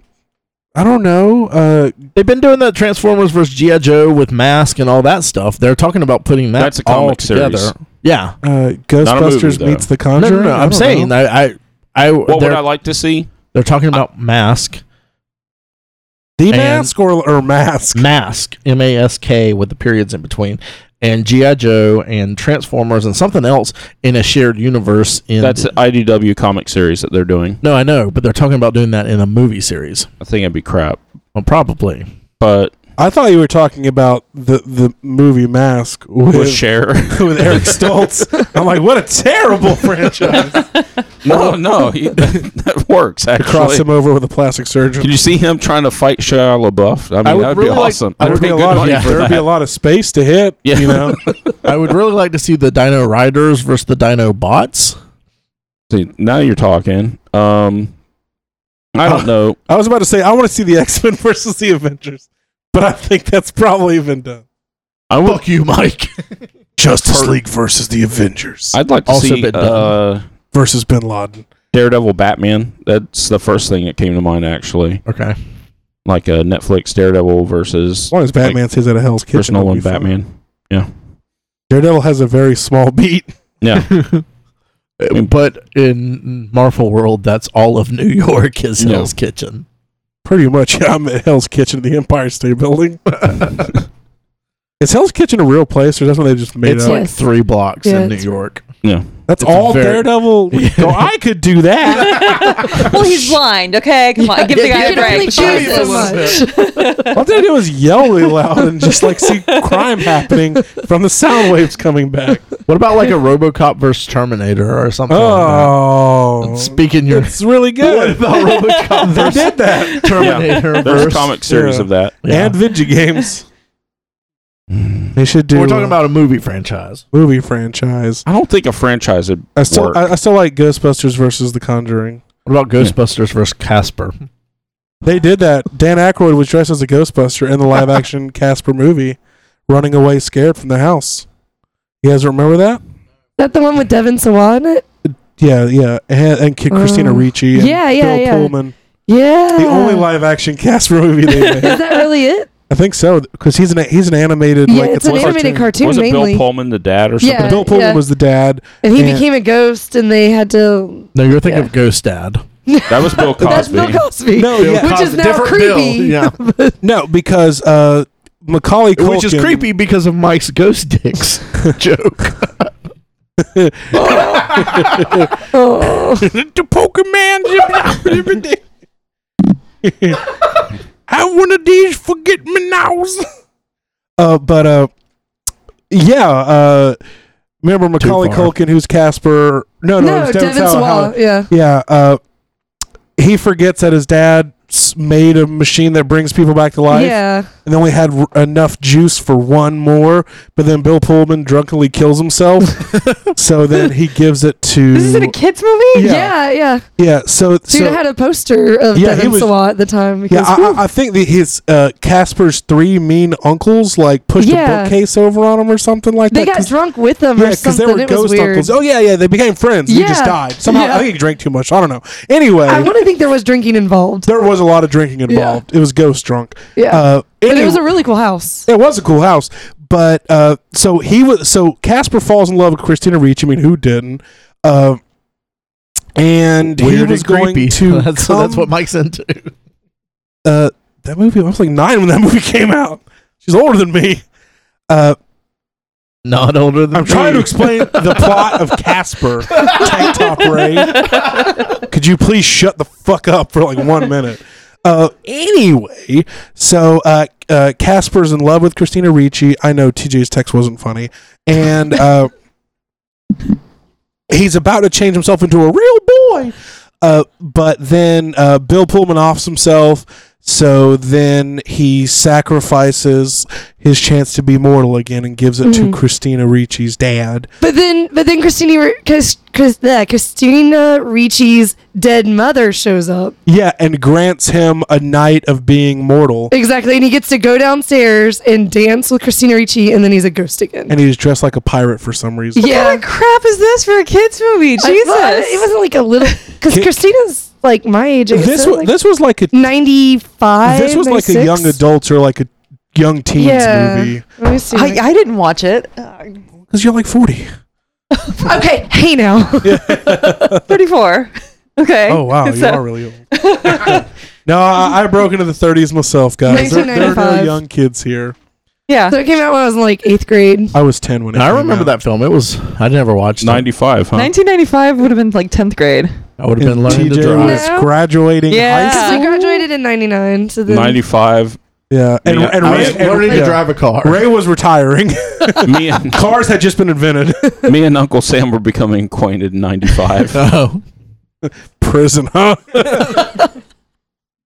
I don't know. Uh, They've been doing that Transformers versus GI Joe with Mask and all that stuff. They're talking about putting that That's a all comic together. series. Yeah, uh, Ghostbusters though. meets The no, Conjuring. no, no. I I'm don't saying know. I, I, I What they're, would I like to see? they're talking about Mask, the and- mask or, or mask. Mask, M A S K, with the periods in between, and GI Joe and Transformers and something else in a shared universe. In That's the IDW comic series that they're doing. no, I know, but they're talking about doing that in a movie series. I think it'd be crap, Well, probably. but I thought you were talking about the the movie Mask with, we'll share. with Eric Stoltz. I'm like, what a terrible franchise. no, no, he, that, that works To cross actually. him over with a plastic surgeon. Can you see him trying to fight Shia LaBeouf? I mean, would that'd really be like- awesome. I I'd There would pay be a good lot of money yeah, for there would that. be a lot of space to hit. Yeah. You know, I would really like to see the Dino Riders versus the Dino Bots. See, now you're talking. Um, I don't know. I was about to say I want to see the X Men versus the Avengers, but I think that's probably been done. I would. Fuck you, Mike. Justice Per- League versus the Avengers I'd like to Also see been done. uh, versus Bin Laden. Daredevil, Batman. That's the first thing that came to mind actually. Okay. Like a Netflix Daredevil versus As long as Batman stays out of Hell's Kitchen, Chris Nolan it'll be fine. Batman. Daredevil has a very small beat. Yeah, mean- but in Marvel world, that's all of New York is Yeah. Hell's Kitchen. Pretty much, I'm at Hell's Kitchen, the Empire State Building. Is Hell's Kitchen a real place, or that's what they just made It's up? like Yes. three blocks Yeah, in New it's- York. yeah. that's it's all very- Daredevil. Go, I could do that. well, he's blind. Okay, come on, give the guy You a can only break. choose so Jesus. much. all they do is yell really loud and just like see crime happening from the sound waves coming back. What about like a RoboCop versus Terminator or something? like Oh, that? Speaking your it's really what good. about RoboCop they versus did that. Terminator? There's a versus- comic series Yeah. of that. Yeah. And video games. Mm. They should do. We're talking a about a movie franchise. movie franchise. I don't think a franchise would I still, work. I, I still like Ghostbusters versus The Conjuring. What about Ghostbusters versus Casper? They did that. Dan Aykroyd was dressed as a Ghostbuster in the live action Casper movie, running away scared from the house. You guys remember that? that the one with Devin Sawa in it? Yeah, yeah. And, and Ki- Christina Uh, Ricci. And yeah, yeah, Bill yeah. Uh. Pullman. Yeah. The only live action Casper movie they Is made. that really it? I think so, because he's an he's an animated. Yeah, like, it's, an a animated cartoon was it mainly. Bill Pullman the dad or something? Yeah. Bill Pullman yeah. was the dad. and he Yeah. became a ghost, and they had to. No, you're thinking Yeah. of Ghost Dad. That was Bill That's Cosby. Bill Cosby. No, Bill yeah. Which Cosby- is now different creepy. Yeah. No, because uh, Macaulay Culkin, Which is creepy because of Mike's ghost dicks joke. Oh, the Pokemon. Have one of these forget me nows. Uh, but uh, yeah. Uh, remember Macaulay far. Culkin, who's Casper? No, no, it no, was Devin Devin Sawa. Sawa. Yeah. Yeah. Uh, he forgets that his dad s- made a machine that brings people back to life Yeah. and only had r- enough juice for one more but then bill pullman drunkenly kills himself so then he gives it to This is in a kids movie. Yeah. Yeah. Yeah. yeah so Dude, so I had a poster of Yeah, he Devin was- Sawa at the time Yeah, because I, I- I think that his uh, Casper's three mean uncles like pushed Yeah. a bookcase over on him or something like they that. got 'cause- drunk with them yeah, or because they something. were it was ghost weird. uncles. Oh yeah, yeah, they became friends. He just Yeah. died somehow. Yeah. I think he drank too much. I don't know. Anyway, I want to think there was drinking involved. there was a lot of drinking involved. It was ghost drunk. Yeah. Uh, But anyway- it was a really cool house. it was a cool house, but uh, so he was so Casper falls in love with Christina Ricci. I mean, who didn't? Uh, and he Weird was and going creepy. to. that's, that's come- what Mike's into. uh, that movie. I was like nine when that movie came out. She's older than me. Uh, Not older than I'm trying to me. explain the plot of Casper, Tank Top Ray. Could you please shut the fuck up for like one minute? Uh, anyway, so uh, uh, Casper's in love with Christina Ricci. I know TJ's text wasn't funny, and uh, he's about to change himself into a real boy. Uh, but then uh, Bill Pullman offs himself. So then he sacrifices his chance to be mortal again and gives it Mhm. to Christina Ricci's dad. But then, but then Christina, Chris, Chris, uh, Christina Ricci's dead mother shows up. Yeah, and grants him a night of being mortal. Exactly, and he gets to go downstairs and dance with Christina Ricci, and then he's a ghost again. And he's dressed like a pirate for some reason. yeah, What crap is this for a kids movie? I- Jesus. well, it wasn't like a little because Ki- Christina's like my age. I guess, This so, was like this was like a ninety five. this was like a young adult or like a young teens yeah. movie Let me see. I, I didn't watch it. Uh, because you're like forty. okay, hey now. 34. Okay. Oh wow, you So- are really old. no, I, I broke into the 30s myself, guys. There, there are no 1995. young kids here. yeah. so it came out when I was in like eighth grade. I was 10 when it I came remember out. that film. It was I never watched. Ninety. 95, huh? 1995 would have been like 10th grade. I would have been And learning to TJ drive. was No. graduating high Yeah. school. Because we graduated in ninety nine. So then 95. Yeah, and, Yeah. and I Ray, was and- learning yeah. to drive a car. Ray was retiring. me, and, Cars had just been invented. me and Uncle Sam were becoming acquainted in 95. Oh, Prison, huh?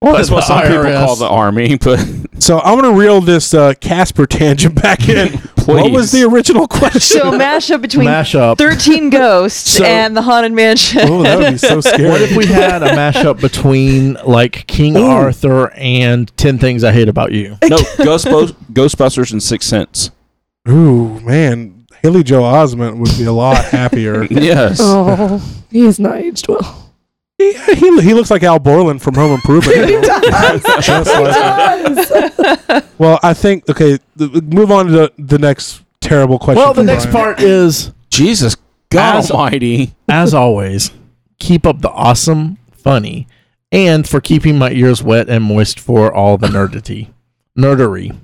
That's what some people IRS. call the army, but So I'm gonna reel this uh, Casper tangent back in. What was Please. the original question? So mashup between mashup. 13 Ghosts So- and The Haunted Mansion. oh, that would be so scary. What if we had a mashup between like King Ooh. Arthur and Ten Things I Hate About You? no Ghostbusters, Ghostbusters and Six Sense. Ooh man, Haley Joe Osment would be a lot happier. Yes, Oh, he has not aged well. he, he, he looks like Al Borland from Home Improvement. Just like him. Well, I think okay. Th- move on to the, the next terrible question. Well, the from next Brian. part is Jesus God As- Almighty. as always, keep up the awesome, funny, and for keeping my ears wet and moist for all the nerdity, nerdery.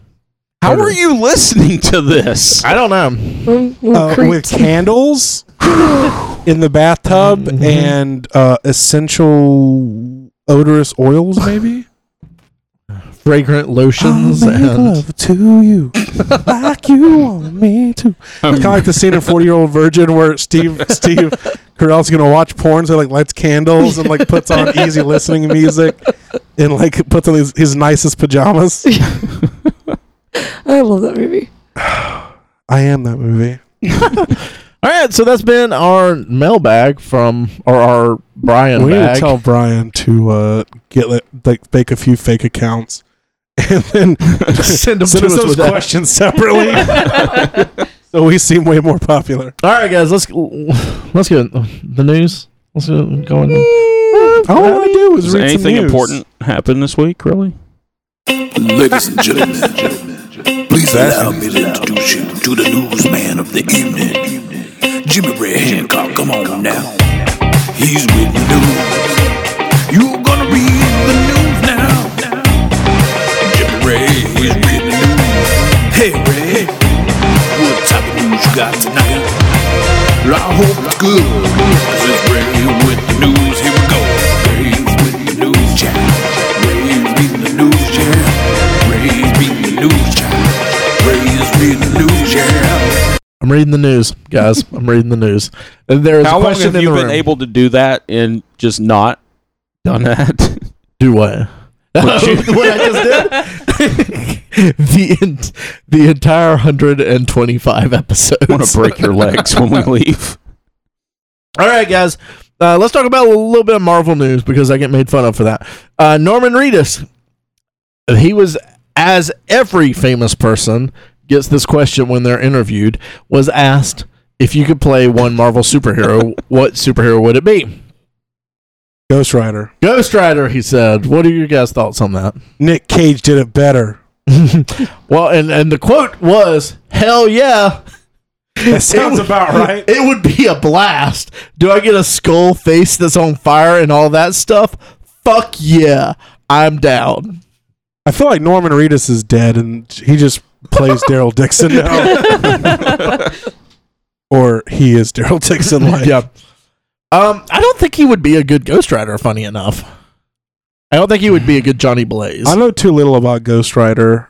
How are you listening to this? I don't know. Um, Uh, with candles in the bathtub Mhm. and uh, essential odorous oils, maybe. Fragrant lotions I'll make and love to you like you want me to. kind of like the scene in Forty Year Old Virgin where Steve Steve Carell's gonna watch porn, so he, like lights candles and like puts on easy listening music and like puts on his, his nicest pajamas. I love that movie. I am that movie. all right. So that's been our mailbag from or our Brian we need bag. to tell Brian to uh, get like, like make a few fake accounts and then Send them to send us us those with that. questions separately. so we seem way more popular. All right, guys. Let's let's get the news. Let's get going. All I want to do is Does read some anything news. important happen this week? Really? Ladies and gentlemen, please allow me to introduce you to the newsman of the evening, Jimmy Ray Hancock. Come on now, he's with the news. You're gonna read the news now. Jimmy Ray is with the news. Hey Ray, what type of news you got tonight? Well, I hope good. This is Ray with the news. Here we go. Ray's with the news jam. Ray's with the news jam. Ray's with the news jam. Ray's with the news jam. I'm reading the news, guys. I'm reading the news. There is How a long question have in you the been room. able to do that and just not done that? do what? what I just did? the en- the entire 125 episodes. want to break your legs when we leave. All right, guys. Uh, let's talk about a little bit of Marvel news because I get made fun of for that. Uh, Norman Reedus, he was, as every famous person gets this question when they're interviewed, was asked if you could play one Marvel superhero, what superhero would it be? Ghost Rider. Ghost Rider, he said. What are your guys' thoughts on that? Nick Cage did it better. Well, and, and the quote was, "Hell yeah, That sounds about right. it would be a blast." Do I get a skull face that's on fire and all that stuff? Fuck yeah, I'm down. I feel like Norman Reedus is dead, and he just plays Daryl Dixon now. or he is Daryl Dixon. Like, Um, I don't think he would be a good Ghost Rider. Funny enough, I don't think he would be a good Johnny Blaze. I know too little about Ghost Rider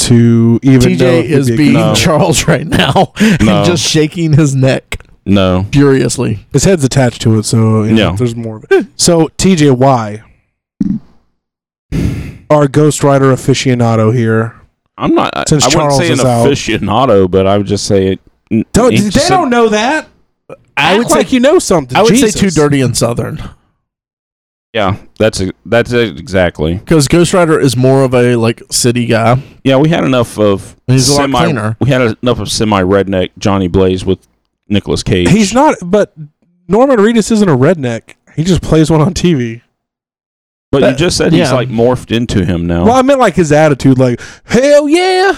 to even know. TJ if he'd is be a good- being No. Charles right now No. and just shaking his neck No. furiously. His head's attached to it, so you know, Yeah. there's more of it. So TJ, why? Our Ghost Rider aficionado here. I'm not. I- Since I Charles wouldn't say is an out. aficionado, but I would just say it. Don't, he they just don't know that. I Act would like say you know something. I would say Jesus. too dirty and southern. Yeah, that's a, that's it exactly. Because Ghost Rider is more of a like city guy. Yeah, we had enough of He's a lot semi. cleaner. we had enough of semi redneck Johnny Blaze with Nicolas Cage. He's not, but Norman Reedus isn't a redneck. He just plays one on TV. but you that- just said he's yeah. like morphed into him now. Well, I meant like his attitude, like hell yeah,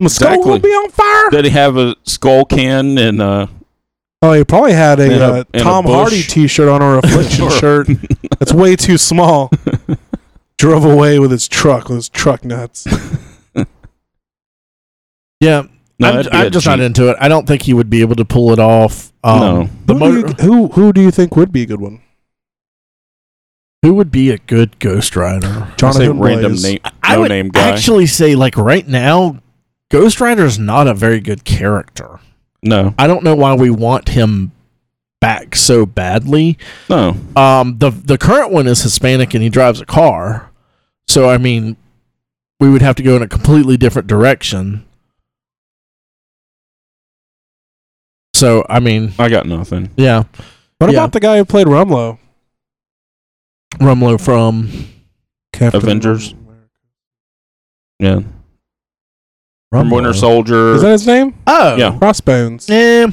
my skull Exactly. will be on fire. Did he have a skull can and uh, Oh, he probably had a, And a- uh, and a Tom bush. Hardy T-shirt on or a Affliction Or- shirt. That's way too small. Drove away with his truck with his truck nuts. Yeah, No, I'm, that'd be a I'm just not cheat. into it. I don't think he would be able to pull it off. Um, No. the who, motor- do you, who who do you think would be a good one? who would be a good Ghost Rider? I say Jonathan random Blaze. name no I would name guy? actually say like right now, Ghost Rider is not a very good character. no, I don't know why we want him back so badly. no. Um, the the current one is Hispanic and he drives a car, so I mean, we would have to go in a completely different direction. So I mean, I got nothing. yeah, What Yeah. about the guy who played Rumlow? Rumlow from Captain Avengers. America. Yeah, from Winter Soldier. Is that his name? Oh, Yeah. Crossbones. Eh,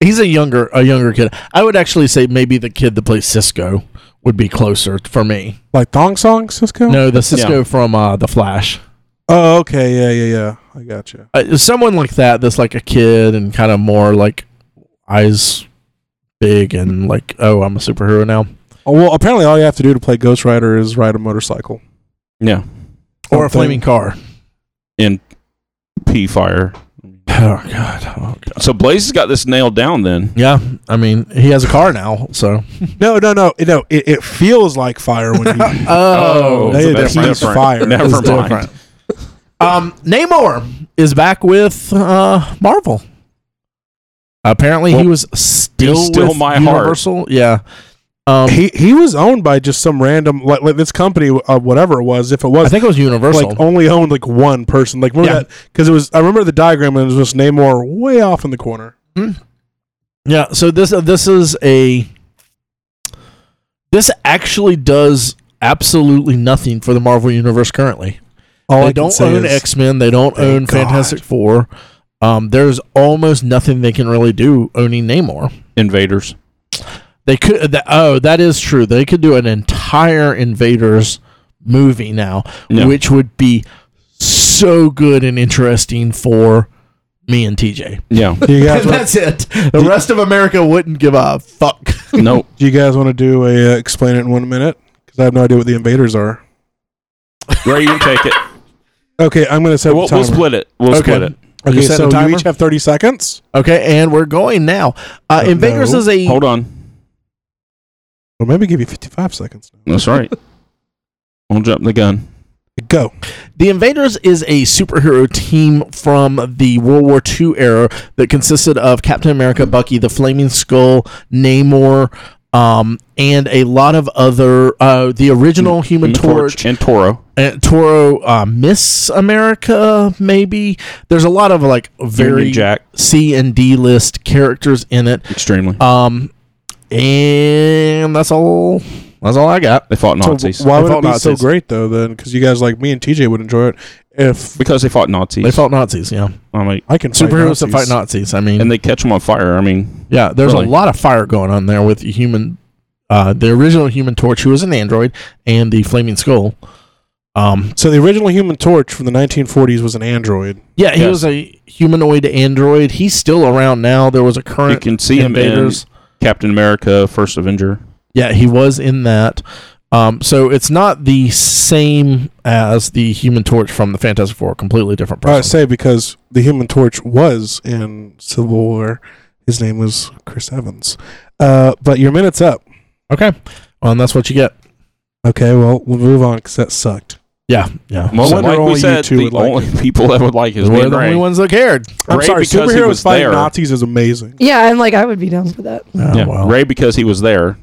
he's a younger a younger kid. I would actually say maybe the kid that plays Cisco would be closer for me. Like Thong Song Cisco? No, the Cisco from uh, the Flash. Oh, okay. Yeah, yeah, yeah. I got you. Uh, someone like that that's like a kid and kind of more like eyes big and like oh I'm a superhero now Oh, well, apparently all you have to do to play Ghost Rider is ride a motorcycle. yeah, or a Something. flaming car. in P Fire. Oh god. Oh god. So Blaze has got this nailed down. Then Yeah, I mean he has a car now, so No, no, no, no. It, it feels like fire when you. oh, They so had that's to use different. fire. Never It's mind. different. Um, Namor is back with uh, Marvel. Apparently, he Well, was still, he's still with my heart. Universal. Yeah. Um, he he was owned by just some random like, like this company, uh, whatever it was. If it I was, think it was Universal. like only owned like one person. Like remember Yeah. that because it was. I remember the diagram and it was just Namor way off in the corner. yeah. So this uh, this is a this actually does absolutely nothing for the Marvel universe currently. All I they can don't say own is- X Men. They don't Thank own God. Fantastic Four. Um, there's almost nothing they can really do owning Namor. Invaders. They could. That, oh, that is true. They could do an entire Invaders movie now, Yeah. which would be so good and interesting for me and TJ. Yeah. Do you guys want, that's it. The rest of America wouldn't give a fuck. nope. do you guys want to do a uh, explain it in one minute? Because I have no idea what the invaders are. Ray, you take it. Okay, I'm gonna set We'll, the timer. we'll split it. We'll split it. Okay, You set so a timer? you each have 30 seconds. Okay, and we're going now. Uh, Oh, Invaders no. is a Hold on. Well, maybe give you 55 seconds. That's right. Don't jump the gun. Go. the Invaders is a superhero team from the World War II era that consisted of Captain America, Bucky, the Flaming Skull, Namor, um, and a lot of other uh, the original Human, Torch, and Toro. and Toro, uh, Miss America, maybe. There's a lot of like very Union Jack. C and D list characters in it. Extremely. Um, and that's all. That's all I got. they fought So Nazis. why They would it fought be so Nazis. great though? Then because you guys like me and TJ would enjoy it if because they fought Nazis. They fought Nazis. Yeah, I'm like, I can fight superheroes that fight Nazis. Nazis. I mean, and they catch them on fire. I mean, yeah, there's Really? a lot of fire going on there with human, uh, the original Human Torch, who was an android, and the Flaming Skull. Um, So the original Human Torch from the 1940s was an android. yeah, he Yes. was a humanoid android. He's still around now. There was a you current can see him in Invaders. Captain America, First Avenger. Yeah, he was in that. Um, so it's not the same as the Human Torch from the Fantastic Four. Completely different I would person. say because the Human Torch was in Civil War. His name was Chris Evans. Uh, but your minute's up. okay, well, and that's what you get. Okay, well we'll move on because that sucked. Yeah, yeah. Well, So like only we you said, two the would like only people that would like is me We're and the only Ray. ones that cared. I'm Ray sorry, because he superheroes was fighting there. Nazis is amazing. Yeah, and like I would be down for that. Oh, Yeah, well. Ray because he was there.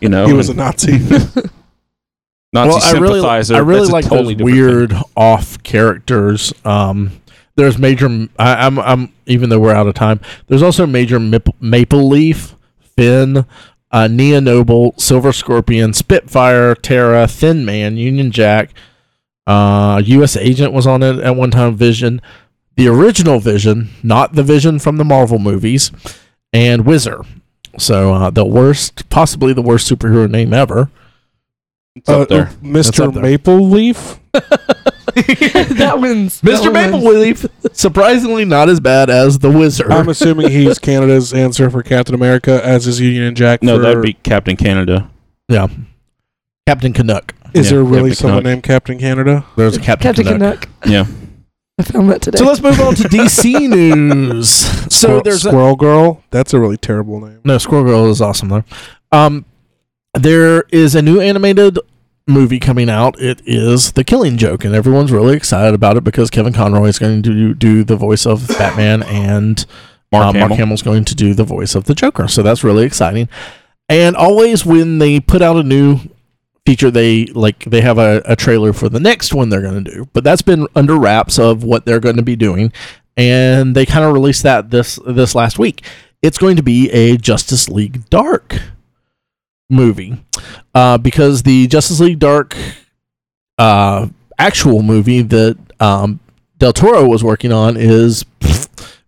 you know, He was a and Nazi. Nazi well, I really, sympathizer. I really That's a like totally those different thing. weird off characters. Um, there's major. I, I'm, I'm even though we're out of time. There's also major Mip- Maple Leaf, Finn, uh, Nia Noble, Silver Scorpion, Spitfire, Terra, Thin Man, Union Jack. Uh, U.S. Agent was on it at one time. Vision, the original Vision, not the Vision from the Marvel movies, and Wizard. So uh, the worst, possibly the worst superhero name ever. It's uh, up there. That's up Mr. there. Maple Leaf. that wins. Mr. Maple Leaf, surprisingly not as bad as the Wizard. I'm assuming he's Canada's answer for Captain America, as is Union Jack. No, for- that'd be Captain Canada. yeah, Captain Canuck. Is yeah, there really Captain someone Canuck. named Captain Canada? There's a Captain, Captain Canuck. Canuck. Yeah. I found that today. So let's move on to DC news. So Squirrel, there's a, Squirrel Girl. That's a really terrible name. no Squirrel Girl is awesome though. Um, there is a new animated movie coming out. It is The Killing Joke, and everyone's really excited about it because Kevin Conroy is going to do the voice of Batman and Mark, Uh, Hamill. Mark Hamill's going to do the voice of the Joker. So that's really exciting. And always when they put out a new feature, they like they have a, a trailer for the next one they're going to do. But that's been under wraps of what they're going to be doing, and they kind of released that this this last week. It's going to be a Justice League Dark movie uh, because the Justice League Dark uh, actual movie that um, Del Toro was working on is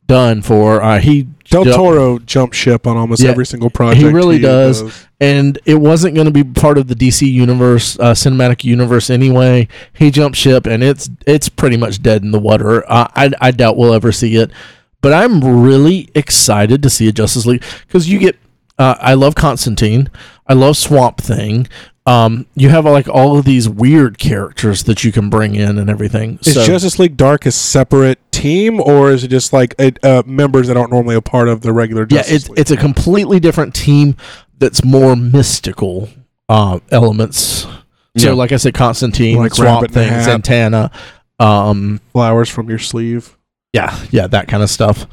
done for. Uh, he Del Yep. Toro jumps ship on almost Yeah, every single project. really does. and it wasn't going to be part of the DC universe, uh, cinematic universe anyway. He jumped ship, and it's it's pretty much dead in the water. Uh, I I doubt we'll ever see it, but I'm really excited to see a Justice League because you get. Uh, I love Constantine. I love Swamp Thing. Um, you have like all of these weird characters that you can bring in and everything. Is Justice League Dark a separate team, or is it just like it, uh, members that aren't normally a part of the regular Justice yeah, it's League? it's a completely different team that's more mystical uh, elements. So, Yeah. like I said, Constantine, Like Swamp Rabbit in a Thing, Hat. Santana, um, flowers from your sleeve. yeah, yeah, that kind of stuff. so-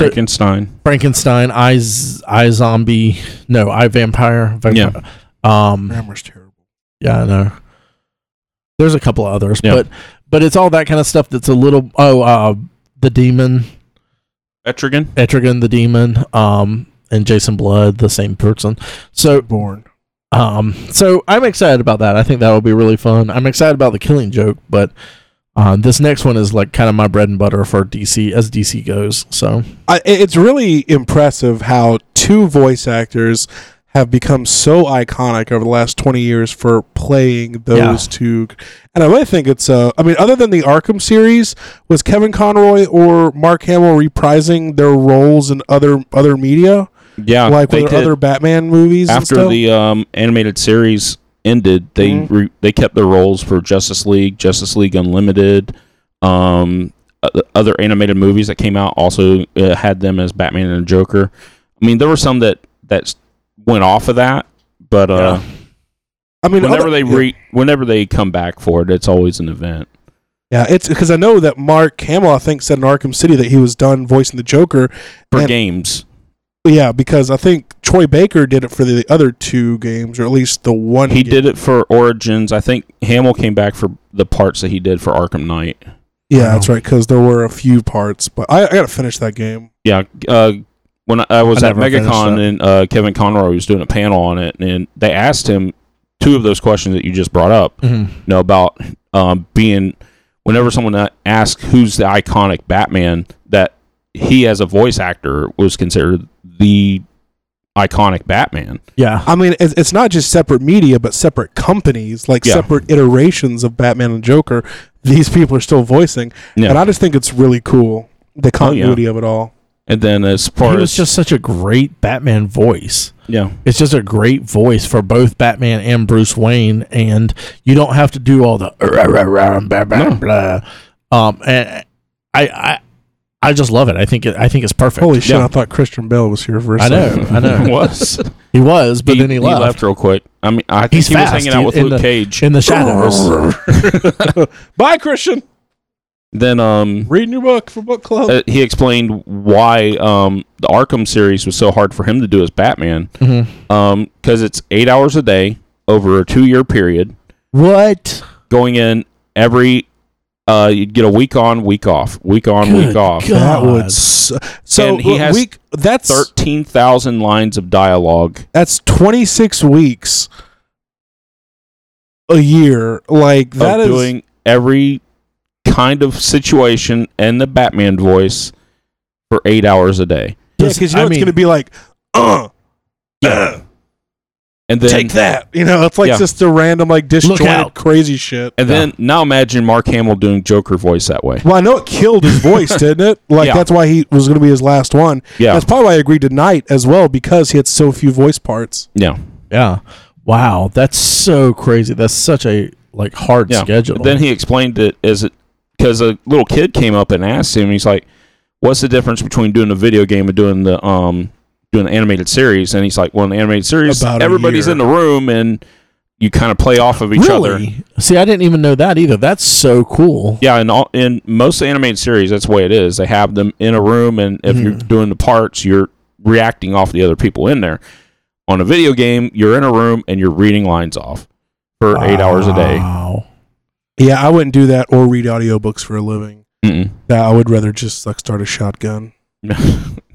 Frankenstein. Frankenstein, I, Z- I zombie, no, I vampire, vampire. Yeah. Um, Grammar's terrible. Yeah, I know. There's a couple others, Yeah. but but it's all that kind of stuff that's a little. Oh, uh, the demon, Etrigan. Etrigan, the demon, um, and Jason Blood, the same person. So Born. Um, so I'm excited about that. I think that will be really fun. I'm excited about the Killing Joke, but uh, this next one is like kind of my bread and butter for DC as DC goes. So I, i- it's really impressive how two voice actors have become so iconic over the last 20 years for playing those Yeah. two and i really think it's uh i mean other than the arkham series was kevin conroy or mark hamill reprising their roles in other other media Yeah, like Uh, they were there did. other batman movies and after stuff? the um, animated series ended, they Mhm. re- they kept their roles for Justice League, Justice League Unlimited, um, uh, the other animated movies that came out also uh, had them as Batman and Joker. I mean, there were some that that s- went off of that, but uh, I mean, whenever other- they re- whenever they come back for it, it's always an event. yeah, it's because I know that Mark Hamill, I think, said in Arkham City that he was done voicing the Joker. For And- games, Yeah, because I think Troy Baker did it for the other two games, or at least the one he game. did it for Origins. I think Hamill came back for the parts that he did for Arkham Knight. Yeah, that's right. Because there were a few parts, but I, I got to finish that game. Yeah. Uh, when I, I was I at never finished MegaCon that. and uh, Kevin Conroy was doing a panel on it, and they asked him two of those questions that you just brought up. Mm-hmm. You know about um, being whenever someone a- asks who's the iconic Batman, that he as a voice actor was considered the iconic Batman. Yeah. I mean, it's, it's not just separate media, but separate companies, like Yeah. separate iterations of Batman and Joker. These people are still voicing, Yeah. Oh, and I just think it's really cool the continuity of it all. And then as far He as was just such a great Batman voice. yeah, It's just a great voice for both Batman and Bruce Wayne, and you don't have to do all the "Rah, rah, rah, blah, blah, blah." Um, and I, I, I just love it. I think it, I think it's perfect. Holy shit! Yeah. I thought Christian Bale was here for a I second. know, I know. was He was, but then he, left. real quick. I mean, I think He's he fast. was hanging out He- with in Luke the- Cage. in the shadows. Bye, Christian. then um, Reading your book for book club. uh, he explained why um, the Arkham series was so hard for him to do as Batman. Mhm. Mm-hmm. Um, because it's eight hours a day over a two-year period, What? going in every. Uh, you'd get a week on, week off, week on, week Good off. God. that would s- so. And he look, has week, that's Thirteen thousand lines of dialogue. that's twenty six weeks a year. Like that of is doing every kind of situation and the Batman voice for eight hours a day. Yeah, because you I know it's mean- going to be like, uh, And then take that. You know, it's like Yeah. just the random like disjointed out. crazy shit. And then now imagine Mark Hamill doing Joker voice that way. Well, I know it killed his voice, didn't it? Like Yeah. that's why he was going to be his last one. Yeah. that's probably why I agreed tonight as well because he had so few voice parts. Yeah. Yeah. Wow, that's so crazy. That's such a like hard Yeah. schedule. Then he explained it as it because a little kid came up and asked him, he's like, What's the difference between doing a video game and doing the um doing the animated series? And he's like, Well in the animated series About a everybody's year. in the room and you kind of play off of each other. really? See, I didn't even know that either. That's so cool. Yeah, and all in most animated series, that's the way it is. They have them in a room, and if you're doing the parts, you're reacting off the other people in there. On a video game, you're in a room and you're reading lines off for eight hours a day. Wow. Yeah, I wouldn't do that or read audiobooks for a living. Mm-mm. Nah, I would rather just like start a shotgun.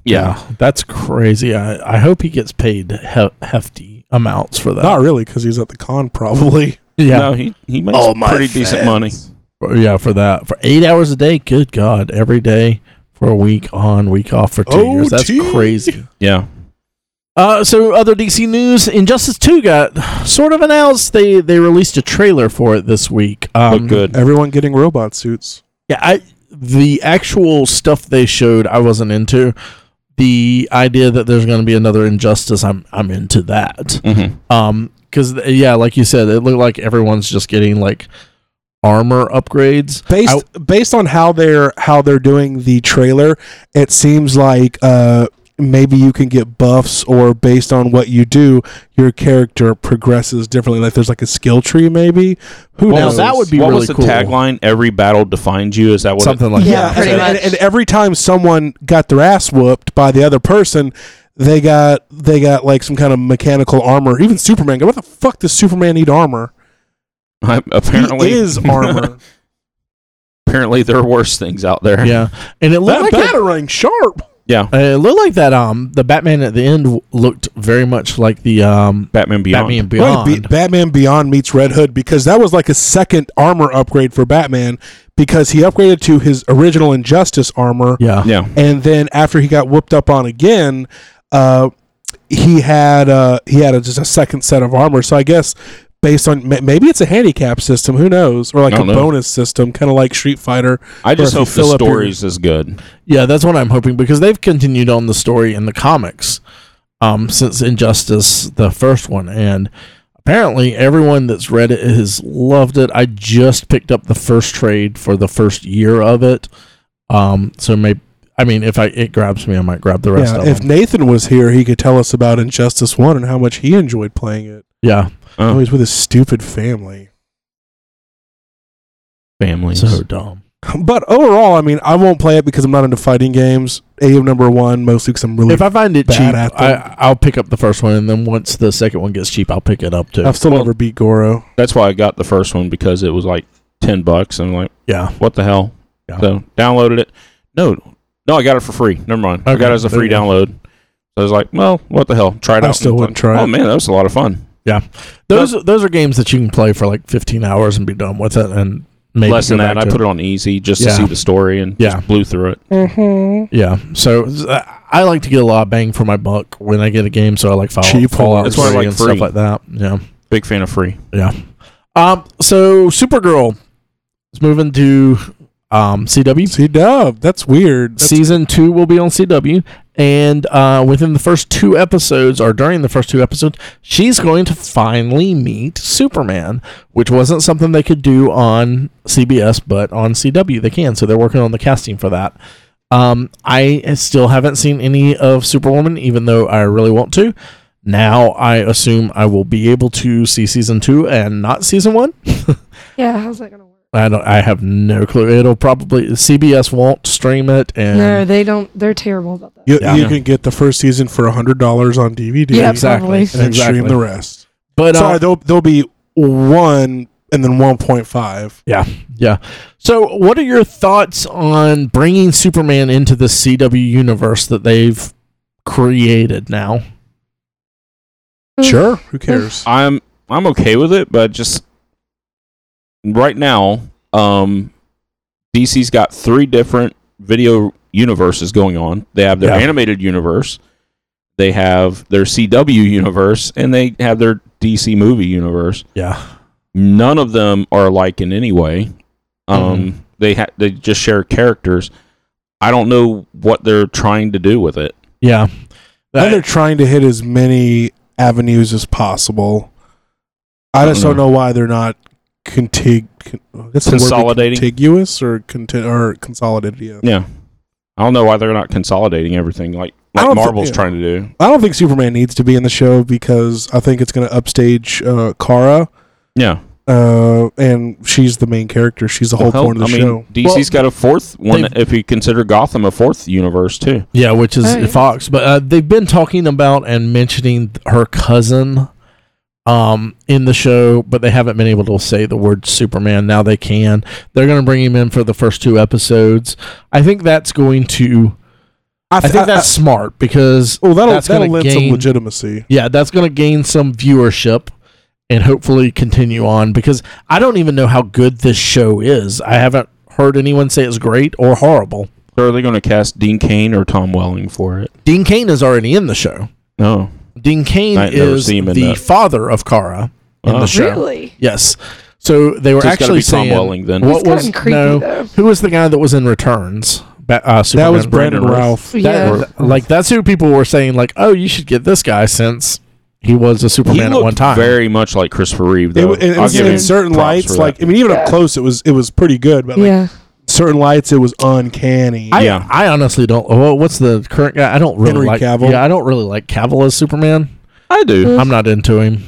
yeah, that's crazy. I, I hope he gets paid he- hefty amounts for that. Not Uh, really, because he's at the con probably. yeah, no, he he makes Oh, pretty decent money. For- yeah, for that for eight hours a day. Good God, every day for a week on, week off for two years. That's OT. crazy. Yeah, Uh, so other DC news: Injustice Two got sort of announced. They they released a trailer for it this week. Um, look good. Everyone getting robot suits. Yeah, I the actual stuff they showed I wasn't into. The idea that there's going to be another injustice, I'm I'm into that. Mhm. Um, because yeah, like you said, it looked like everyone's just getting like armor upgrades. based based on how they're how they're doing the trailer it seems like uh maybe you can get buffs or based on what you do your character progresses differently like there's like a skill tree maybe who Well, knows that would be what really was the cool. tagline? Every battle defines you. Is that what? it- Something like yeah, that. pretty and, much. and, and every time someone got their ass whooped by the other person they got they got like some kind of mechanical armor even superman what the fuck does superman need armor apparently, he is armor apparently, there are worse things out there. Yeah, and it that looked like that. batarang sharp yeah. uh, It looked like that. Um, the Batman at the end w- looked very much like the um Batman Beyond. Batman Right, Beyond. Be- Batman Beyond meets Red Hood because that was like a second armor upgrade for Batman because he upgraded to his original Injustice armor, yeah, Yeah, and then after he got whooped up on again, uh, he had uh, he had a, just a second set of armor. So I guess based on ma- maybe it's a handicap system, who knows, or like I a don't know. bonus system, kind of like Street Fighter. I if just you hope the fill up your- story's as good. yeah. That's what I'm hoping because they've continued on the story in the comics, um, since Injustice the first one, and apparently everyone that's read it has loved it. I just picked up the first trade for the first year of it. Um, so maybe I mean, if I it grabs me, I might grab the rest Yeah, of if them. Nathan was here, he could tell us about Injustice One and how much he enjoyed playing it. yeah, Oh, he's with his stupid family. families. so dumb. But overall, I mean, I won't play it because I'm not into fighting games. AO number one, mostly because I'm really. If I find it Bad cheap, at them. I, I'll pick up the first one, and then once the second one gets cheap, I'll pick it up too. I've still well- never beat Goro. That's why I got the first one because it was like ten bucks. I'm like, yeah, what the hell? Yeah. So downloaded it. No, no, I got it for free. Never mind. I Okay, got it as a there free you go. download. I was like, well, what the hell? Try it I out. still wouldn't try Oh it. man, that was a lot of fun. those those are games that you can play for like 15 hours and be done with it, and maybe Less than go that, back I to put it on easy just Yeah. to see the story and Yeah. just blew through it. Yeah, so uh, I like to get a lot of bang for my buck when I get a game, so I like Fallout, Cheap Fallout That's why I 3 like and free. stuff like that. Yeah, Big fan of free. yeah. Um, so Supergirl is moving to um CW. See, Dub, that's weird. That's- Season two will be on CW, and uh, within the first two episodes, or during the first two episodes, she's going to finally meet Superman, which wasn't something they could do on CBS, but on CW they can. So they're working on the casting for that. Um, I still haven't seen any of Superwoman, even though I really want to. Now I assume I will be able to see season two and not season one. Yeah, how's that gonna work? I don't. I have no clue. It'll probably CBS won't stream it, and No, they don't. They're terrible about that. you, Yeah. you can get the first season for hundred dollars on DVD. Yeah, and exactly. probably. then exactly. stream the rest. But uh, Sorry, there'll, there'll be one and then one point five. yeah, yeah. So, what are your thoughts on bringing Superman into the CW universe that they've created now? Sure, who Uh, cares? I'm I'm okay with it, but just right now, um, DC's got three different video universes going on. They have their Yeah. animated universe, they have their CW universe, and they have their DC movie universe. Yeah, None of them are alike in any way. Mm-hmm. Um, they ha- they just share characters. I don't know what they're trying to do with it. yeah. Now they're That, trying to hit as many avenues as possible. I just don't know why they're not contig. Con- that's the word, Consolidating? contiguous, or conti- or consolidated. Yeah. Yeah. I don't know why they're not consolidating everything like, I like don't thi- Marvel's yeah. trying to do. I don't think Superman needs to be in the show because I think it's going to upstage uh, Kara, Yeah. uh, and she's the main character. She's the whole Well, point of the I show. mean, DC's got a fourth one they've- if you consider Gotham a fourth universe too. yeah, which is Oh, yeah. Fox, but uh, they've been talking about and mentioning her cousin um in the show but they haven't been able to say the word superman now they can they're going to bring him in for the first two episodes i think that's going to i th- think that's smart because well, that'll that's that'll gonna lend some gain- legitimacy. yeah, that's going to gain some viewership and hopefully continue on because I don't even know how good this show is. I haven't heard anyone say it's great or horrible. So are they going to cast Dean Kane or Tom Welling for it? Dean Kane is already in the show. No. Dean Kane I ain't never is seen him in the that. father of Kara in the Oh. show. Really? Yes. So they were So it's gotta actually be Tom saying Welling then. What was That's kinda creepy, no, though. Who was the guy that was in Returns? Ba- uh, That Superman was Brandon Brandon Ralph. That- yeah. th- like that's who people were saying like, oh, you should get this guy since he was a He Superman at looked one time. very much like Christopher Reeve It, though. w- it I'll was give in him certain props lights, for like I that. mean, even up close, it was it was pretty good. But like, yeah. certain lights, it was uncanny. I, Yeah. I honestly don't. Well, what's the current guy? I don't really Henry like. Cavill. Yeah, I don't really like Cavill as Superman. I do. I'm not into him.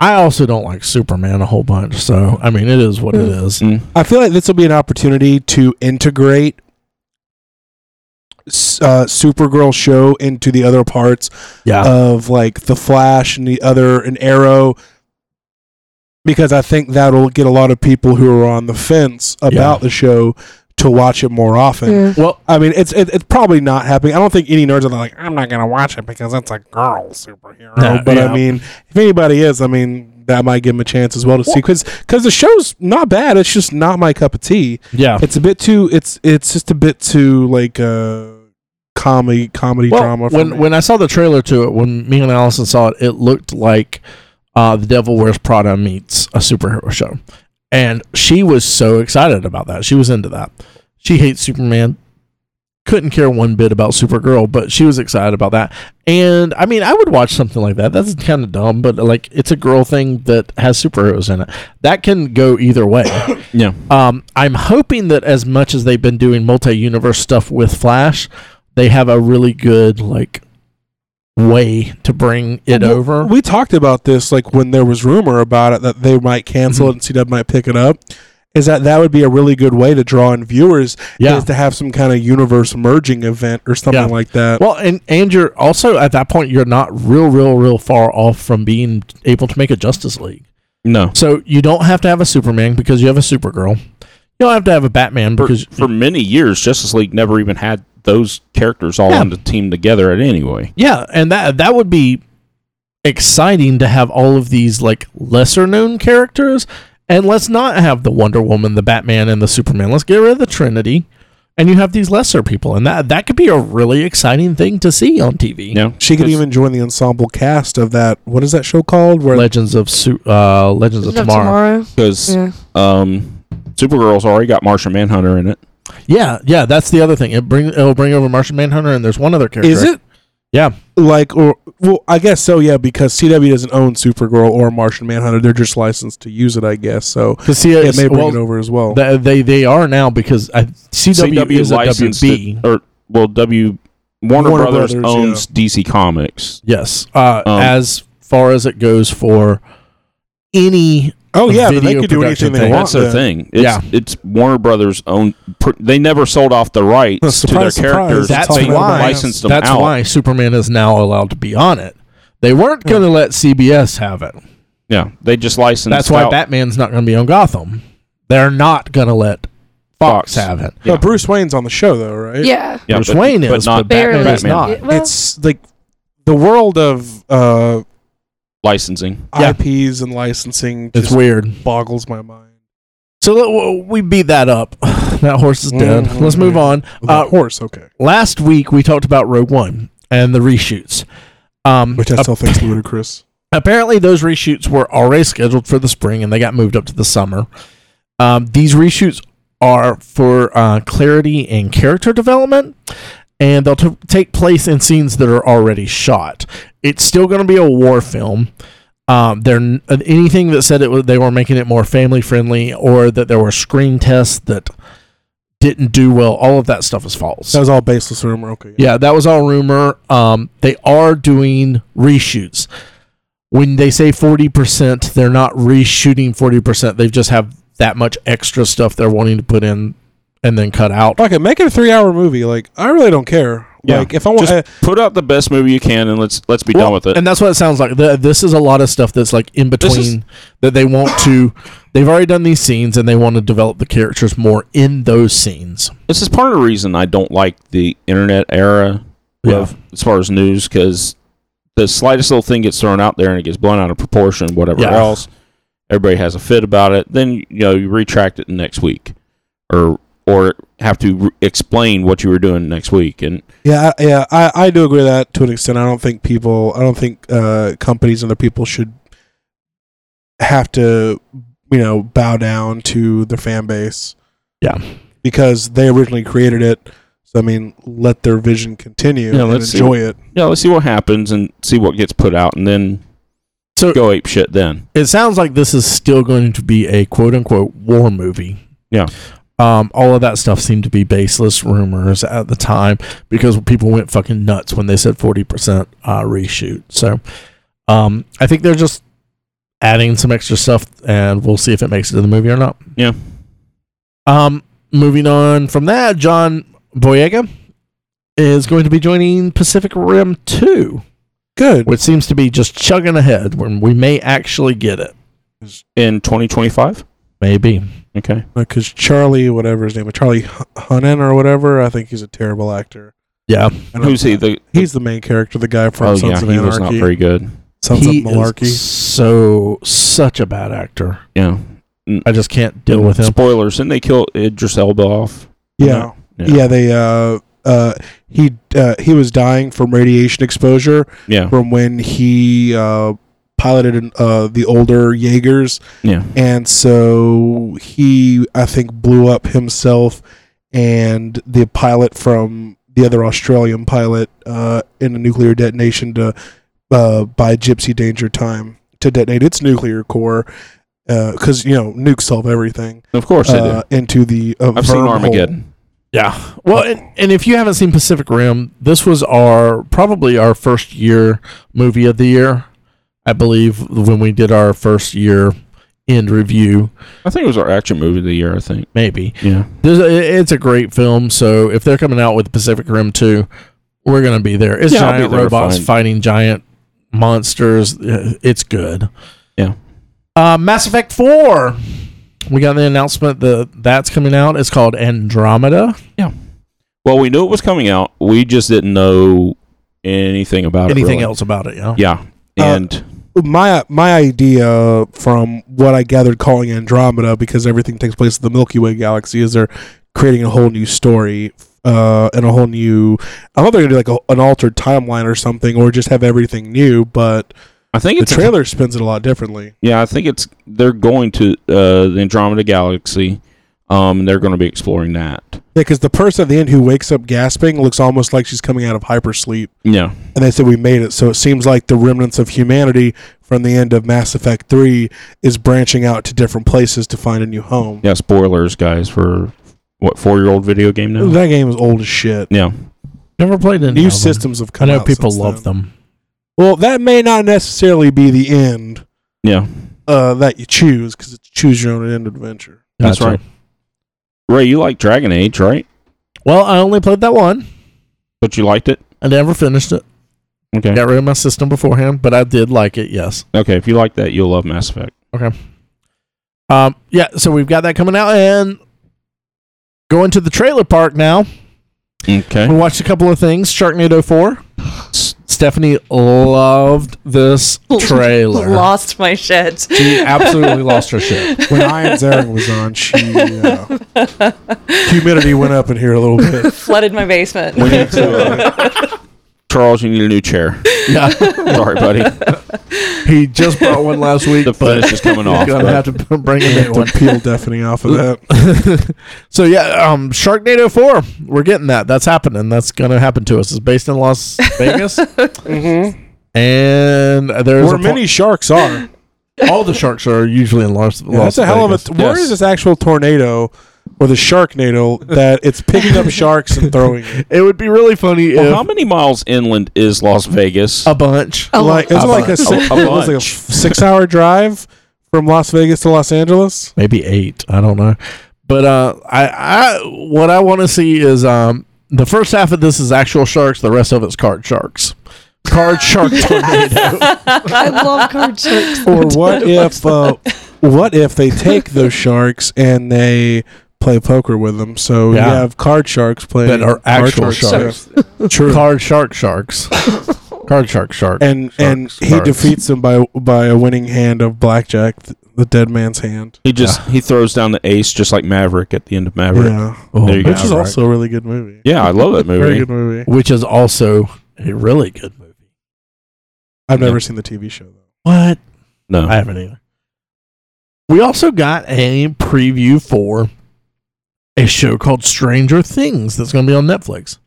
I also don't like Superman a whole bunch. So I mean, it is what it is. Mm. I feel like this will be an opportunity to integrate s- uh, Supergirl show into the other parts Yeah, of like the Flash and the other and Arrow, because I think that'll get a lot of people who are on the fence about the show to watch it more often. yeah. Well- I mean, it's it, it's probably not happening. I don't think any nerds are like, I'm not gonna watch it because it's a girl superhero. No, but yeah. I mean, if anybody is, I mean, that might give them a chance as well to see because the show's not bad. It's just not my cup of tea. yeah, It's a bit too. It's it's just a bit too like uh, comedy comedy Well, drama. for When me. when I saw the trailer to it, when me and Allison saw it, it looked like uh, the Devil Wears Prada meets a superhero show, and she was so excited about that. She was into that. She hates Superman. couldn't care one bit about Supergirl, but she was excited about that. And I mean, I would watch something like that. That's kind of dumb, but like it's a girl thing that has superheroes in it. That can go either way. Yeah. Um, I'm hoping that as much as they've been doing multi-universe stuff with Flash, they have a really good like way to bring it Well, over. We talked about this like when there was rumor about it that they might cancel Mm-hmm. it and CW might pick it up. Is that that would be a really good way to draw in viewers? Yeah. Is to have some kind of universe merging event or something Yeah. like that. well, and and you're also at that point you're not real, real, real far off from being able to make a Justice League. No. So you don't have to have a Superman because you have a Supergirl. You don't have to have a Batman For, because for many years, Justice League never even had those characters all Yeah. on the team together at any way. yeah, and that that would be exciting to have all of these like lesser known characters. And let's not have the Wonder Woman, the Batman, and the Superman. Let's get rid of the Trinity, and you have these lesser people, and that that could be a really exciting thing to see on TV. Yeah. she could even join the ensemble cast of that. What is that show called? Where Legends of Su- uh, Legends of Legends of Tomorrow. Because Yeah. um, Supergirl's already got Martian Manhunter in it. Yeah, yeah, that's the other thing. It bring it'll bring over Martian Manhunter, and there's one other character. is it? Yeah. Like or well, I guess so. Yeah, because CW doesn't own Supergirl or Martian Manhunter. They're just licensed to use it, I guess. So Because see, it it's- may bring well, it over as well. Th- They, they are now because I, CW, is a licensed WB. it- or well, W Warner, Warner Brothers, Brothers, owns DC Comics. yes, uh, Um, as far as it goes for any. oh yeah, but they video could do production anything they thing. want. That's the then. thing. It's, Yeah. it's Warner Brothers own. pr- They never sold off the rights Surprise, to their characters. surprise. That's they why- licensed them That's out. why Superman is now allowed to be on it. They weren't going to let CBS have it. Yeah, they just licensed. That's why out Batman's not going to be on Gotham. They're not going to let Fox, have it. Yeah. But Bruce Wayne's on the show though, right? Yeah. Yeah, Bruce but- Wayne but is, not but Batman Barely. is not. It- well, it's like the world of uh, licensing. Yeah. IPs and licensing It's just weird. boggles my mind. So let- w- we beat that up. That horse is dead. Mhm. Let's move on. Uh, Uh, horse, okay, last week we talked about Rogue One and the reshoots. Um, which I ap- still think is ludicrous. apparently, those reshoots were already scheduled for the spring and they got moved up to the summer. Um, these reshoots are for uh, clarity and character development, and they'll t- take place in scenes that are already shot. It's still going to be a war film. Um, they're n- uh, anything that said it was, they were making it more family friendly or that there were screen tests that didn't do well. All of that stuff is false. That was all baseless rumor. Okay, Yeah, that was all rumor. Um, they are doing reshoots. When they say 40%, they're not reshooting 40%. They just have that much extra stuff they're wanting to put in and then cut out. okay, make it a three-hour movie. Like I really don't care. Yeah. Like if I want, Just uh, Put out the best movie you can, and let's let's be done Well, with it. And that's what it sounds like. The, this is a lot of stuff that's like in This between is- that they want to. They've already done these scenes and they want to develop the characters more in those scenes. this is part of the reason I don't like the internet era of as far as news because the slightest little thing gets thrown out there and it gets blown out of proportion, whatever Yeah. else. Everybody has a fit about it. Then you know you retract it next week, or or have to re- explain what you were doing next week. And yeah, I- yeah, I, I do agree with that to an extent. I don't think people, I don't think uh, companies and their people should have to, you know, bow down to their fan base. Yeah. because they originally created it. So I mean, let their vision continue Yeah, and let's see enjoy it. yeah, let's see what happens and see what gets put out, and then So- go ape shit. Then it sounds like this is still going to be a quote unquote war movie. Yeah. Um, all of that stuff seemed to be baseless rumors at the time because people went fucking nuts when they said 40% uh, reshoot. So um, I think they're just adding some extra stuff and we'll see if it makes it to the movie or not. yeah, Um, moving on from that, John Boyega is going to be joining Pacific Rim 2, Good. which seems to be just chugging ahead when we may actually get it. in twenty twenty five. Maybe. Okay, because Charlie, whatever his name is, Charlie H- Hunnam or whatever, I think he's a terrible actor. Yeah. I don't- who's he? The He's the main character, the guy from oh Sons yeah, of he Anarchy. was not very good. Sons he of Malarkey. is so such a bad actor. Yeah, I just can't deal with him. Spoilers, and they kill Idris Elba off. yeah, Yeah. yeah, They uh, uh, he uh, he was dying from radiation exposure Yeah, from when he uh piloted uh the older Jaegers, yeah, and so he I think blew up himself and the pilot from the other Australian pilot uh, in a nuclear detonation to uh, by Gypsy Danger Time to detonate its nuclear core because you know nukes solve everything Of course they do. uh, into the uh, I've seen wormhole. Armageddon. Yeah. Well, and, and if you haven't seen Pacific Rim, this was our probably our first year movie of the year, I believe, when we did our first year end review, I think it was our action movie of the year. I think. maybe. Yeah. There's a, it- it's a great film. So if they're coming out with Pacific Rim 2, we're going to be there. It's Yeah, I'll be giant there to robots find- fighting giant monsters. Uh, It's good. Yeah. Uh, Mass Effect 4. We got the announcement that that's coming out. It's called Andromeda. Well, we knew it was coming out. We just didn't know anything about it. Anything really. else about it? Yeah. Yeah. Uh, And my my idea from what I gathered calling Andromeda because everything takes place in the Milky Way galaxy is they're creating a whole new story uh, and a whole new. I thought they're gonna do like a, an altered timeline or something, or just have everything new. But I think the it's a- trailer spins it a lot differently. yeah, I think it's they're going to uh, the Andromeda Galaxy. Um, and they're going to be exploring that. Because the person at the end who wakes up gasping looks almost like she's coming out of hypersleep, Yeah. and they said we made it. So it seems like the remnants of humanity from the end of Mass Effect Three is branching out to different places to find a new home. Yeah. Spoilers, guys, for what four year old video game now? That game is old as shit. Yeah. Never played any New of them. systems have I come. know out people since love then. them. Well, that may not necessarily be the end Yeah. uh, that you choose because it's choose your own end adventure. That's right. Ray, you like Dragon Age, right? Well, I only played that one. But you liked it. I never finished it. Okay. Got rid of my system beforehand, but I did like it. Yes. Okay. If you like that, you'll love Mass Effect. Um. Yeah. So we've got that coming out, and going to the trailer park now. We Okay. watched a couple of things. Sharknado Four. S- Stephanie loved this trailer. Lost my shit. She absolutely lost her shit. When Ian Zering was on, she uh, humidity went up in here a little bit. Flooded my basement. We need to, uh, Charles, you need a new chair. Yeah. Sorry, buddy. He just bought one last week. The but finish is coming He's off. gonna but- have to bring You him in have one. to peel deafening off of that. so yeah, um, Sharknado Four, we're getting that. That's happening. That's gonna happen to us. It's based in Las Vegas, and there's Where a many sharks are. por- all the sharks are usually in Las. Yeah, Las that's a hell Vegas. of a. Where Yes. is this actual tornado or the sharknado that it's picking up sharks and throwing it? it would be really funny Well, if how many miles inland is Las Vegas? a bunch. A Like, lot. is it like A a, six, bunch. it was like a six-hour drive from Las Vegas to Los Angeles? maybe eight. I don't know. But uh, I, I what I want to see is um, the first half of this is actual sharks. The rest of it's card sharks. Card shark tornado. I love card sharks. or what if uh, what if they take those sharks and they play poker with them? So Yeah. you have card sharks playing That are card actual sharks. True. Card shark sharks. Card shark shark. and and Sharks, he sharks. defeats them by by a winning hand of blackjack, th- the dead man's hand. he just he throws down the ace just like Maverick at the end of Maverick. Yeah, Oh, There you go. which is Maverick. also a really good movie. Yeah, I love that Very movie. good movie. which is also a really good movie. I've Yeah. never seen the TV show though. What? No, I haven't either. We also got a preview for a show called Stranger Things that's going to be on Netflix.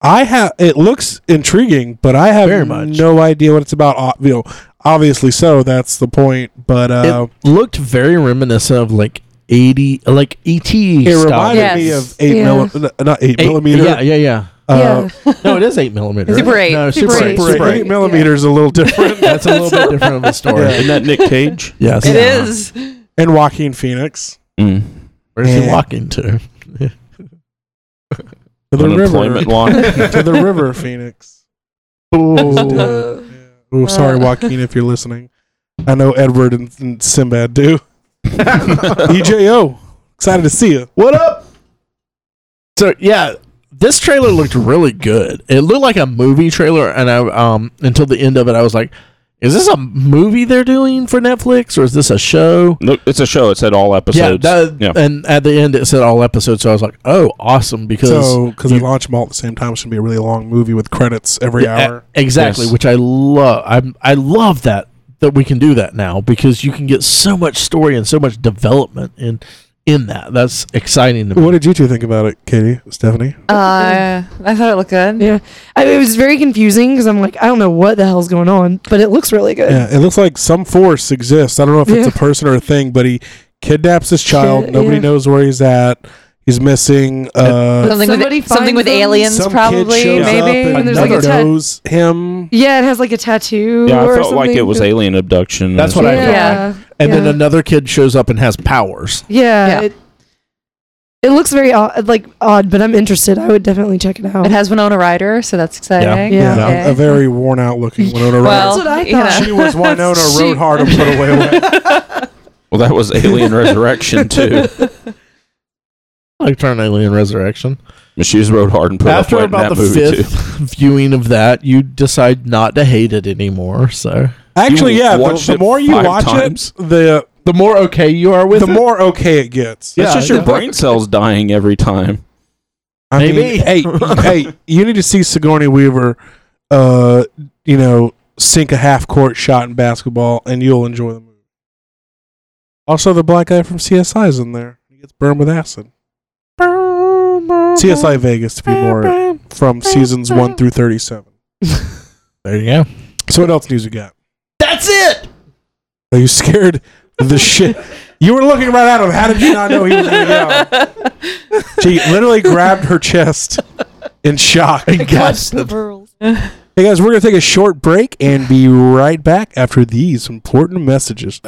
I have. It looks intriguing, but I have Very much. no idea what it's about. O- You know, obviously, so that's the point. But uh, it looked very reminiscent of like 80, like E ET. it, reminded Yes. me of eight Yeah. milli- n- not eight, millimeter. Yeah, yeah, yeah. Uh, No, it is 8 millimeter. Super eight. No, Super Super 8. eight. Super Super eight. eight millimeters is a little different. That's a little bit different of a story. Yeah. isn't that Nick Cage? Yes. It Yeah. is. and Joaquin Phoenix. Mm. Where's he Yeah. walking to? To the river. Unemployment law. to the river, Phoenix. Oh. Oh, sorry, Uh. Joaquin, if you're listening. I know Edward and, and Sinbad do. EJO. Excited to see you. What up? So yeah, this trailer looked really good. It looked like a movie trailer, and I um until the end of it, I was like, "Is this a movie they're doing for Netflix, or is this a show?" Look, it's a show. It said all Yeah, episodes. that, yeah. and at the end it said all episodes, so I was like, "Oh, awesome!" Because So, because they you- launch them all at the same time, it's going to be a really long movie with credits every Yeah, hour. e- exactly, Yes. which I love. I I love that that we can do that now because you can get so much story and so much development in in that. That's exciting to me. What did you two think about it, Katie, Stephanie? Uh, I thought it looked good. Yeah, I, it was very confusing because I'm like, I don't know what the hell's going on, but it looks really good. Yeah, it looks like some force exists. I don't know if it's Yeah. a person or a thing, but he kidnaps this child. Shit, Nobody yeah. knows where he's at. He's missing. Uh, Something Somebody with something finds with them. aliens, some probably kid shows maybe. up and there's there's like a tent. knows him. Yeah, it has like a tattoo. Yeah, I or felt something. like it was alien abduction. That's what Yeah, I yeah. felt. yeah. and yeah. then another kid shows up and has powers. Yeah. It, it looks very odd, like odd, but I'm interested. I would definitely check it out. It has Winona Ryder, so that's exciting. Yeah, Yeah. a very worn out looking Winona Well, Ryder. That's what I you thought. know. She was Winona rode hard and put away. wet. Well, that was Alien Resurrection too. Like turn Alien Resurrection. She was rode hard and put After up wet about in that the movie fifth too. viewing of that, you decide not to hate it anymore. So Actually, You yeah. The, watched the it more you five watch times? it, the the more okay you are with the it, more okay it gets. Yeah, That's just your yeah. brain cells dying every time. I Maybe. mean, hey, hey, you need to see Sigourney Weaver, uh, you know, sink a half court shot in basketball, and you'll enjoy the movie. Also, the black guy from CSI is in there. He gets burned with acid. CSI Vegas, to be more from seasons one through thirty-seven. there you go. So, what else news we got? That's it. Are you scared? The shit. You were looking right at him. How did you not know he was going to yell? She literally grabbed her chest in shock. Yes. Hey guys, we're gonna take a short break and be right back after these important messages.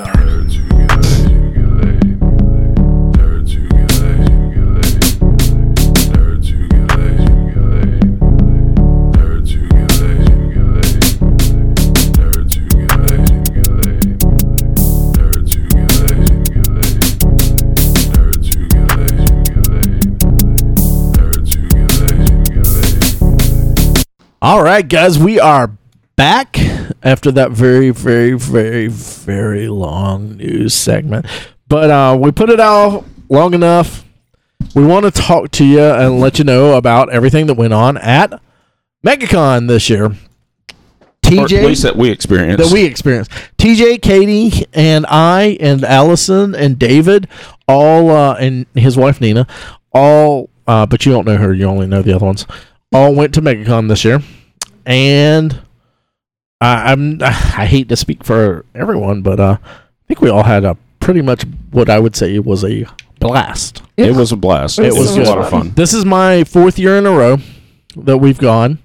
All right, guys, we are back after that very, very, very, very long news segment. But uh, we put it out long enough. We want to talk to you and let you know about everything that went on at MegaCon this year. Or at least TJ that we experienced. E that we experienced. TJ, Katie, and I, and Allison, and David, all uh, and his wife Nina, all. Uh, but you don't know her; you only know the other ones. All went to MegaCon this year, and I, I'm I hate to speak for everyone, but uh, I think we all had a pretty much what I would say was a blast. it was a blast. It, It was, was a good. lot of fun. This is my fourth year in a row that we've gone.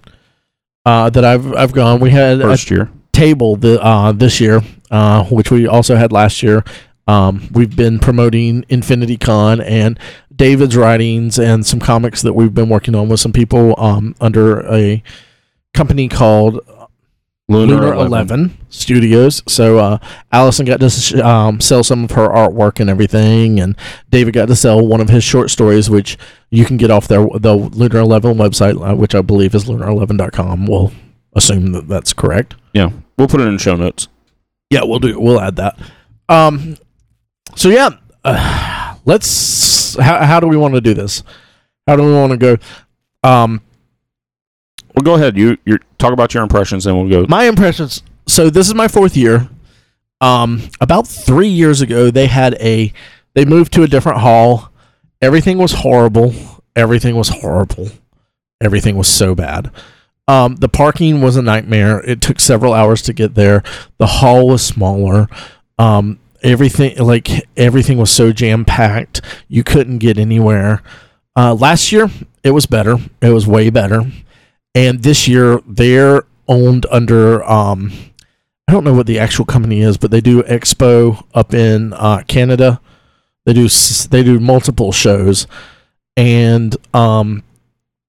Uh, that I've I've gone. We had a First year. table the uh, this year, uh, which we also had last year. Um, we've been promoting Infinity Con and David's writings and some comics that we've been working on with some people um, under a company called Lunar, Lunar 11. Studios. So uh, Allison got to s- um, sell some of her artwork and everything, and David got to sell one of his short stories, which you can get off their the Lunar 11 website, uh, which I believe is lunar11.com. We'll assume that that's correct. Yeah, we'll put it in show notes. Yeah, we'll do. We'll add that. Um, so yeah, uh, let's. How, how do we want to do this? How do we want to go? Um, Well, go ahead. You you talk about your impressions, and we'll go. my impressions. So this is my fourth year. Um, about three years ago, they had a. They moved to a different hall. Everything was horrible. Everything was horrible. Everything was so bad. Um, the parking was a nightmare. It took several hours to get there. The hall was smaller. Um, everything like everything was so jam packed. You couldn't get anywhere. Uh, last year it was better. It was way better. And this year they're owned under um, I don't know what the actual company is, but they do Expo up in uh, Canada. They do s- they do multiple shows, and um,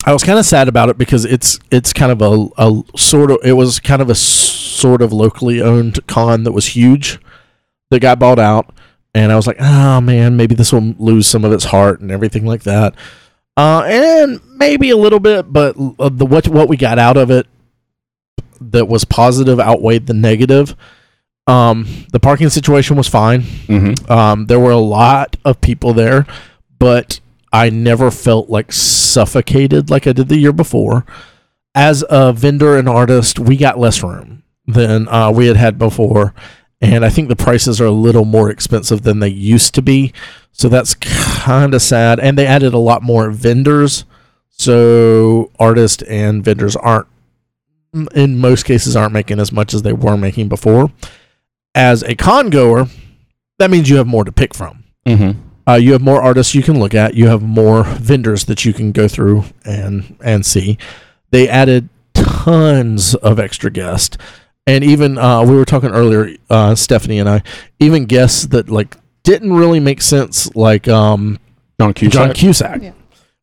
I was kind of sad about it because it's it's kind of a, a sort of it was kind of a s- sort of locally owned con that was huge that got bought out, and I was like, oh man, maybe this will lose some of its heart and everything like that, uh, and maybe a little bit, but uh, the what what we got out of it that was positive outweighed the negative. Um, the parking situation was fine. hmm Um, there were a lot of people there, but I never felt like suffocated like I did the year before. As a vendor and artist, we got less room than uh, we had had before. And I think the prices are a little more expensive than they used to be. So that's kind of sad. And they added a lot more vendors. So artists and vendors aren't, in most cases, aren't making as much as they were making before. As a con goer, that means you have more to pick from. Mm-hmm. Uh, you have more artists you can look at. You have more vendors that you can go through and and see. They added tons of extra guests, and even uh, we were talking earlier, uh, Stephanie and I, even guests that like didn't really make sense, like um, John Cusack. John Cusack,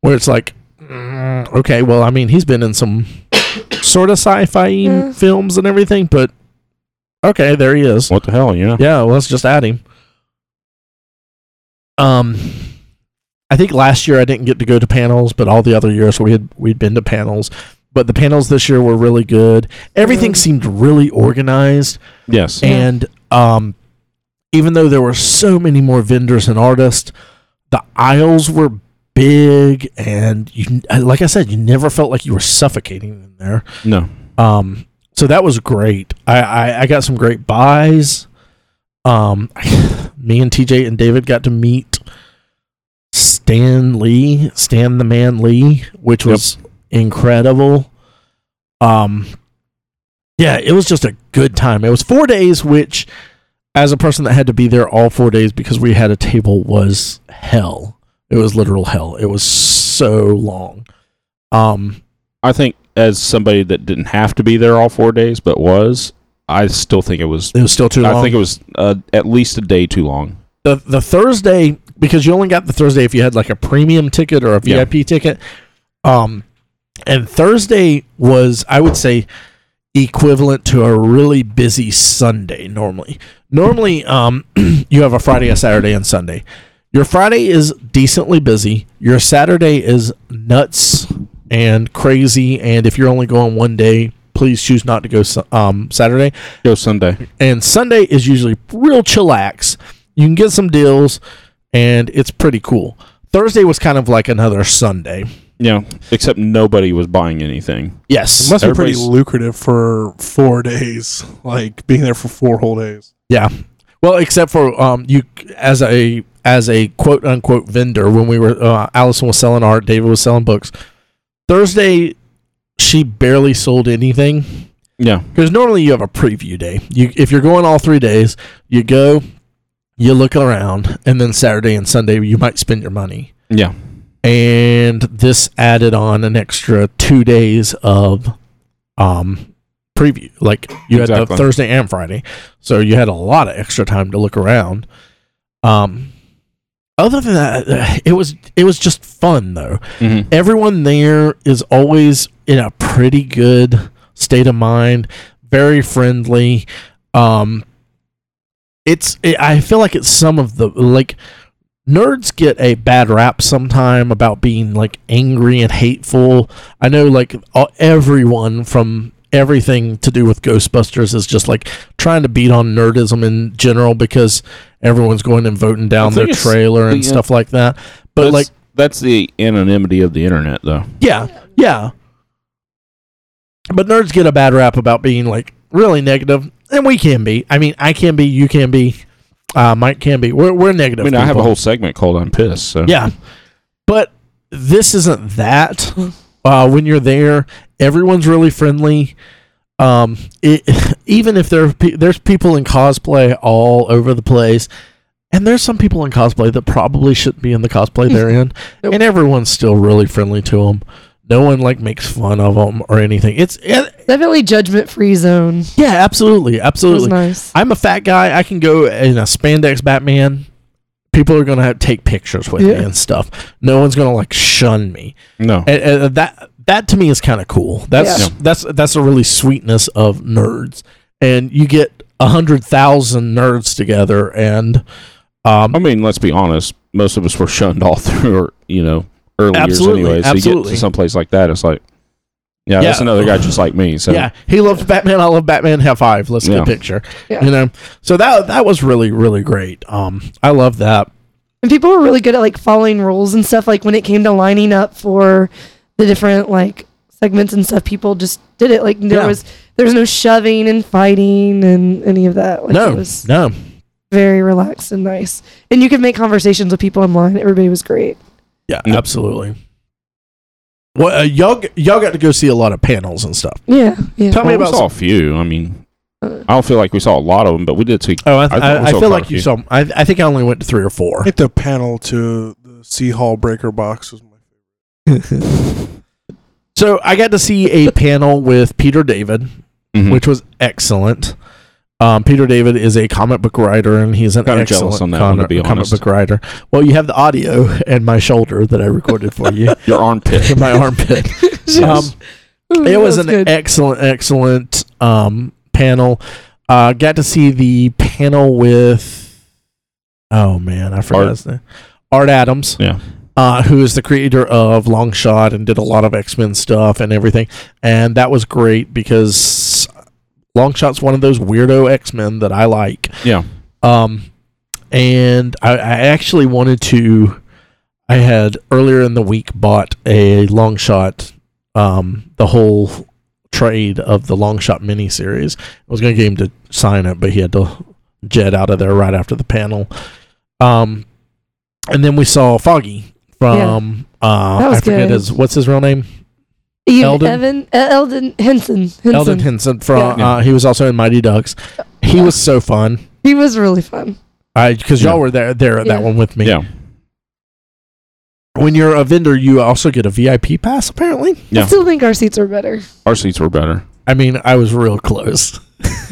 where it's like, mm, okay, well, I mean, he's been in some sort of sci-fi films and everything, but okay, there he is. What the hell? You know. Yeah, well, let's just add him. Um, I think last year I didn't get to go to panels, but all the other years we had we'd been to panels. But the panels this year were really good. Everything seemed really organized, Yes. and um, even though there were so many more vendors and artists, the aisles were big, and you like I said, you never felt like you were suffocating in there. no. Um, so that was great. I, I, I got some great buys. Um, me and TJ and David got to meet Stan Lee, Stan the Man Lee, which Yep. was incredible. Um, yeah, it was just a good time. It was four days, which, as a person that had to be there all four days because we had a table, was hell. It was literal hell. It was so long. Um, I think as somebody that didn't have to be there all four days but was, I still think it was. it was still too long. I think it was uh, at least a day too long. the the Thursday because you only got the Thursday if you had like a premium ticket or a Yeah. VIP ticket. Um, and Thursday was I would say equivalent to a really busy Sunday normally. Normally, um, you have a Friday, a Saturday, and Sunday. Your Friday is decently busy. Your Saturday is nuts and crazy. And if you're only going one day, please choose not to go Su- um, Saturday Go Sunday. and Sunday is usually real chillax. You can get some deals, and it's pretty cool. Thursday was kind of like another Sunday. Yeah. Except nobody was buying anything. Yes. must be pretty Everybody's- lucrative for four days, like being there for four whole days. Yeah. Well, except for um, you as a as a quote unquote vendor. When we were uh, Allison was selling art, David was selling books. Thursday, she barely sold anything. Yeah. because normally you have a preview day. You if you're going all three days, you go, you look around, and then Saturday and Sunday you might spend your money. Yeah. and this added on an extra two days of um preview like you had the Exactly. thursday and friday so you had a lot of extra time to look around um other than that it was it was just fun though hmm everyone there is always in a pretty good state of mind, very friendly. Um, it's it, I feel like it's some of the like nerds get a bad rap sometime about being like angry and hateful. I know like all, everyone from everything to do with Ghostbusters is just like trying to beat on nerdism in general because everyone's going and voting down their think it's- trailer and yeah. stuff like that. But that's, like that's the anonymity of the internet, though. yeah, yeah. But nerds get a bad rap about being like really negative, and we can be. I mean, I can be, you can be, uh, Mike can be. We're we're I negative. mean, I have a people. whole segment called "I'm pissed." So yeah. But this isn't that. Uh, when you're there, everyone's really friendly. Um, it, even if there are pe- there's people in cosplay all over the place, and there's some people in cosplay that probably shouldn't be in the cosplay they're in, Nope. and everyone's still really friendly to them. No one like makes fun of them or anything. It's it, Definitely judgment free zone. yeah, absolutely, It was absolutely. nice. I'm a fat guy. I can go in a spandex Batman. People are gonna have, take pictures with Yeah. me and stuff. No one's gonna like shun me. no, And, and that that to me is kind of cool. That's Yeah. that's that's a really sweetness of nerds. And you get a hundred thousand nerds together, and um, I mean, let's be honest. Most of us were shunned all through, our, you know, early Absolutely, years anyway. So you get absolutely. to someplace like that, it's like, yeah, that's Yeah. another guy just like me. So yeah, he loves Batman. I love Batman. Have five. Let's get Yeah. a picture. Yeah. You know, so that that was really really great. Um, I love that. And people were really good at like following rules and stuff. Like when it came to lining up for the different like segments and stuff, people just did it. Like there Yeah. was there was no shoving and fighting and any of that. Like, no, it was, no, very relaxed and nice. And you could make conversations with people online. Everybody was great. Yeah, Yep. absolutely. Well, uh, y'all g- y'all got to go see a lot of panels and stuff. Yeah, yeah. Tell me Well, about. we saw some- a few. I mean, I don't feel like we saw a lot of them, but we did see. oh, I, thought I, we I saw feel quite like a you few. saw. 'em. I, I think I only went to three or four. I think the panel to the Sea Hall Breaker box was my So I got to see a panel with Peter David, Mhm. which was excellent. Um, Peter David is a comic book writer, and he's an Kinda jealous excellent on that one, comic, to be comic honest. book writer. Well, you have the audio and my shoulder that I recorded for you your armpit. in my armpit. Um, it was an excellent, excellent um, panel. Uh, got to see the panel with oh man, I forgot Art. his name. Art Adams, yeah, uh, who is the creator of Long Shot and did a lot of X Men stuff and everything, and that was great because Long Shot's one of those weirdo X Men that I like. yeah. Um, and I, I actually wanted to. I had earlier in the week bought a long shot, um, the whole trade of the long shot mini series. I was going to get him to sign it, but he had to jet out of there right after the panel. Um, and then we saw Foggy from uh, That was I forget good. his what's his real name Ian Eldon? Evan El- Eldon Henson. Henson. Eldon Henson from Yeah. uh, he was also in Mighty Ducks. He was so fun He was really fun. because y'all Yeah. were there there at that Yeah. one with me. Yeah. when you're a vendor, you also get a VIP pass. Apparently, Yeah. I still think our seats are better. Our seats were better. I mean, I was real close.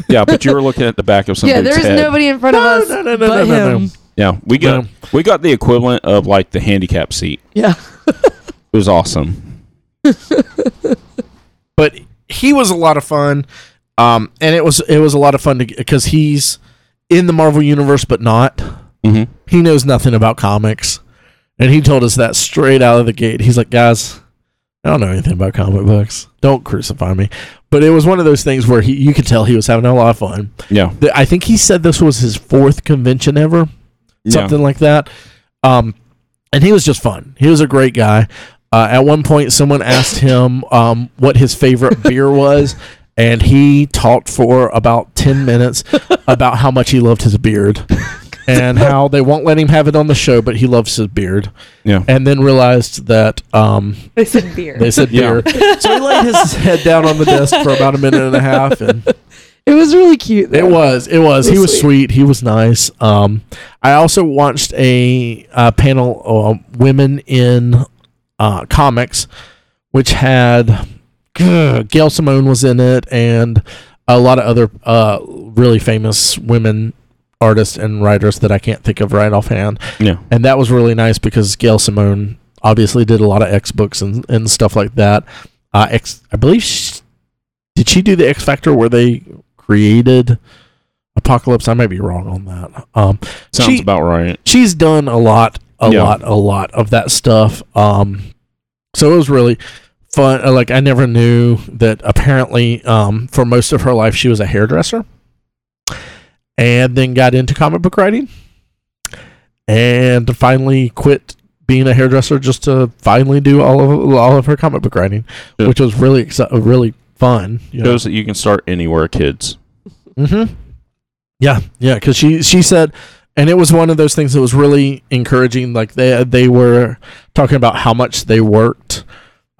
Yeah, but you were looking at the back of yeah, somebody's there's head. nobody in front No, of us no, no, no, but no, no, no. him. yeah, we got No. we got the equivalent of like the handicap seat. Yeah. It was awesome. But he was a lot of fun, um, and it was it was a lot of fun to because he's in the Marvel universe, but not. Mm-hmm. He knows nothing about comics, and he told us that straight out of the gate. He's like, guys. I don't know anything about comic books. Don't crucify me. But it was one of those things where he, you could tell he was having a lot of fun. Yeah, The- I think he said this was his fourth convention ever. something like that. Um, and he was just fun. He was a great guy. Uh, at one point, someone asked him um, what his favorite beer was, and he talked for about 10 minutes about how much he loved his beard and how they won't let him have it on the show, but he loves his beard. Yeah. And then realized that um, They said beer. they said Yeah. beer. So he laid his head down on the desk for about a minute and a half and It was really cute. it though. was. It was. It He was was sweet. He was nice. Um, I also watched a uh, panel on women in uh, comics, which had Gail Simone was in it, and a lot of other uh, really famous women artists and writers that I can't think of right offhand. yeah, And that was really nice because Gail Simone obviously did a lot of X books and, and stuff like that. Uh, X, I believe, she, did she do the X Factor where they created Apocalypse? I might be wrong on that. Um, sounds she, about right. she's done a lot, a Yeah. lot, a lot of that stuff. Um, so it was really fun. Uh, Like I never knew that. Apparently, um, for most of her life, she was a hairdresser, and then got into comic book writing, and finally quit being a hairdresser just to finally do all of all of her comic book writing, Yeah. which was really exci- really fun. You know? Shows that you can start anywhere, kids. Mm-hmm. Yeah, yeah, because she she said, and it was one of those things that was really encouraging. Like they they were talking about how much they worked.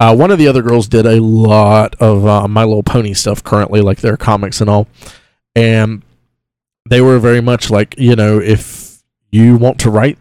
Uh, one of the other girls did a lot of uh, My Little Pony stuff currently, like their comics and all, and they were very much like you know if you want to write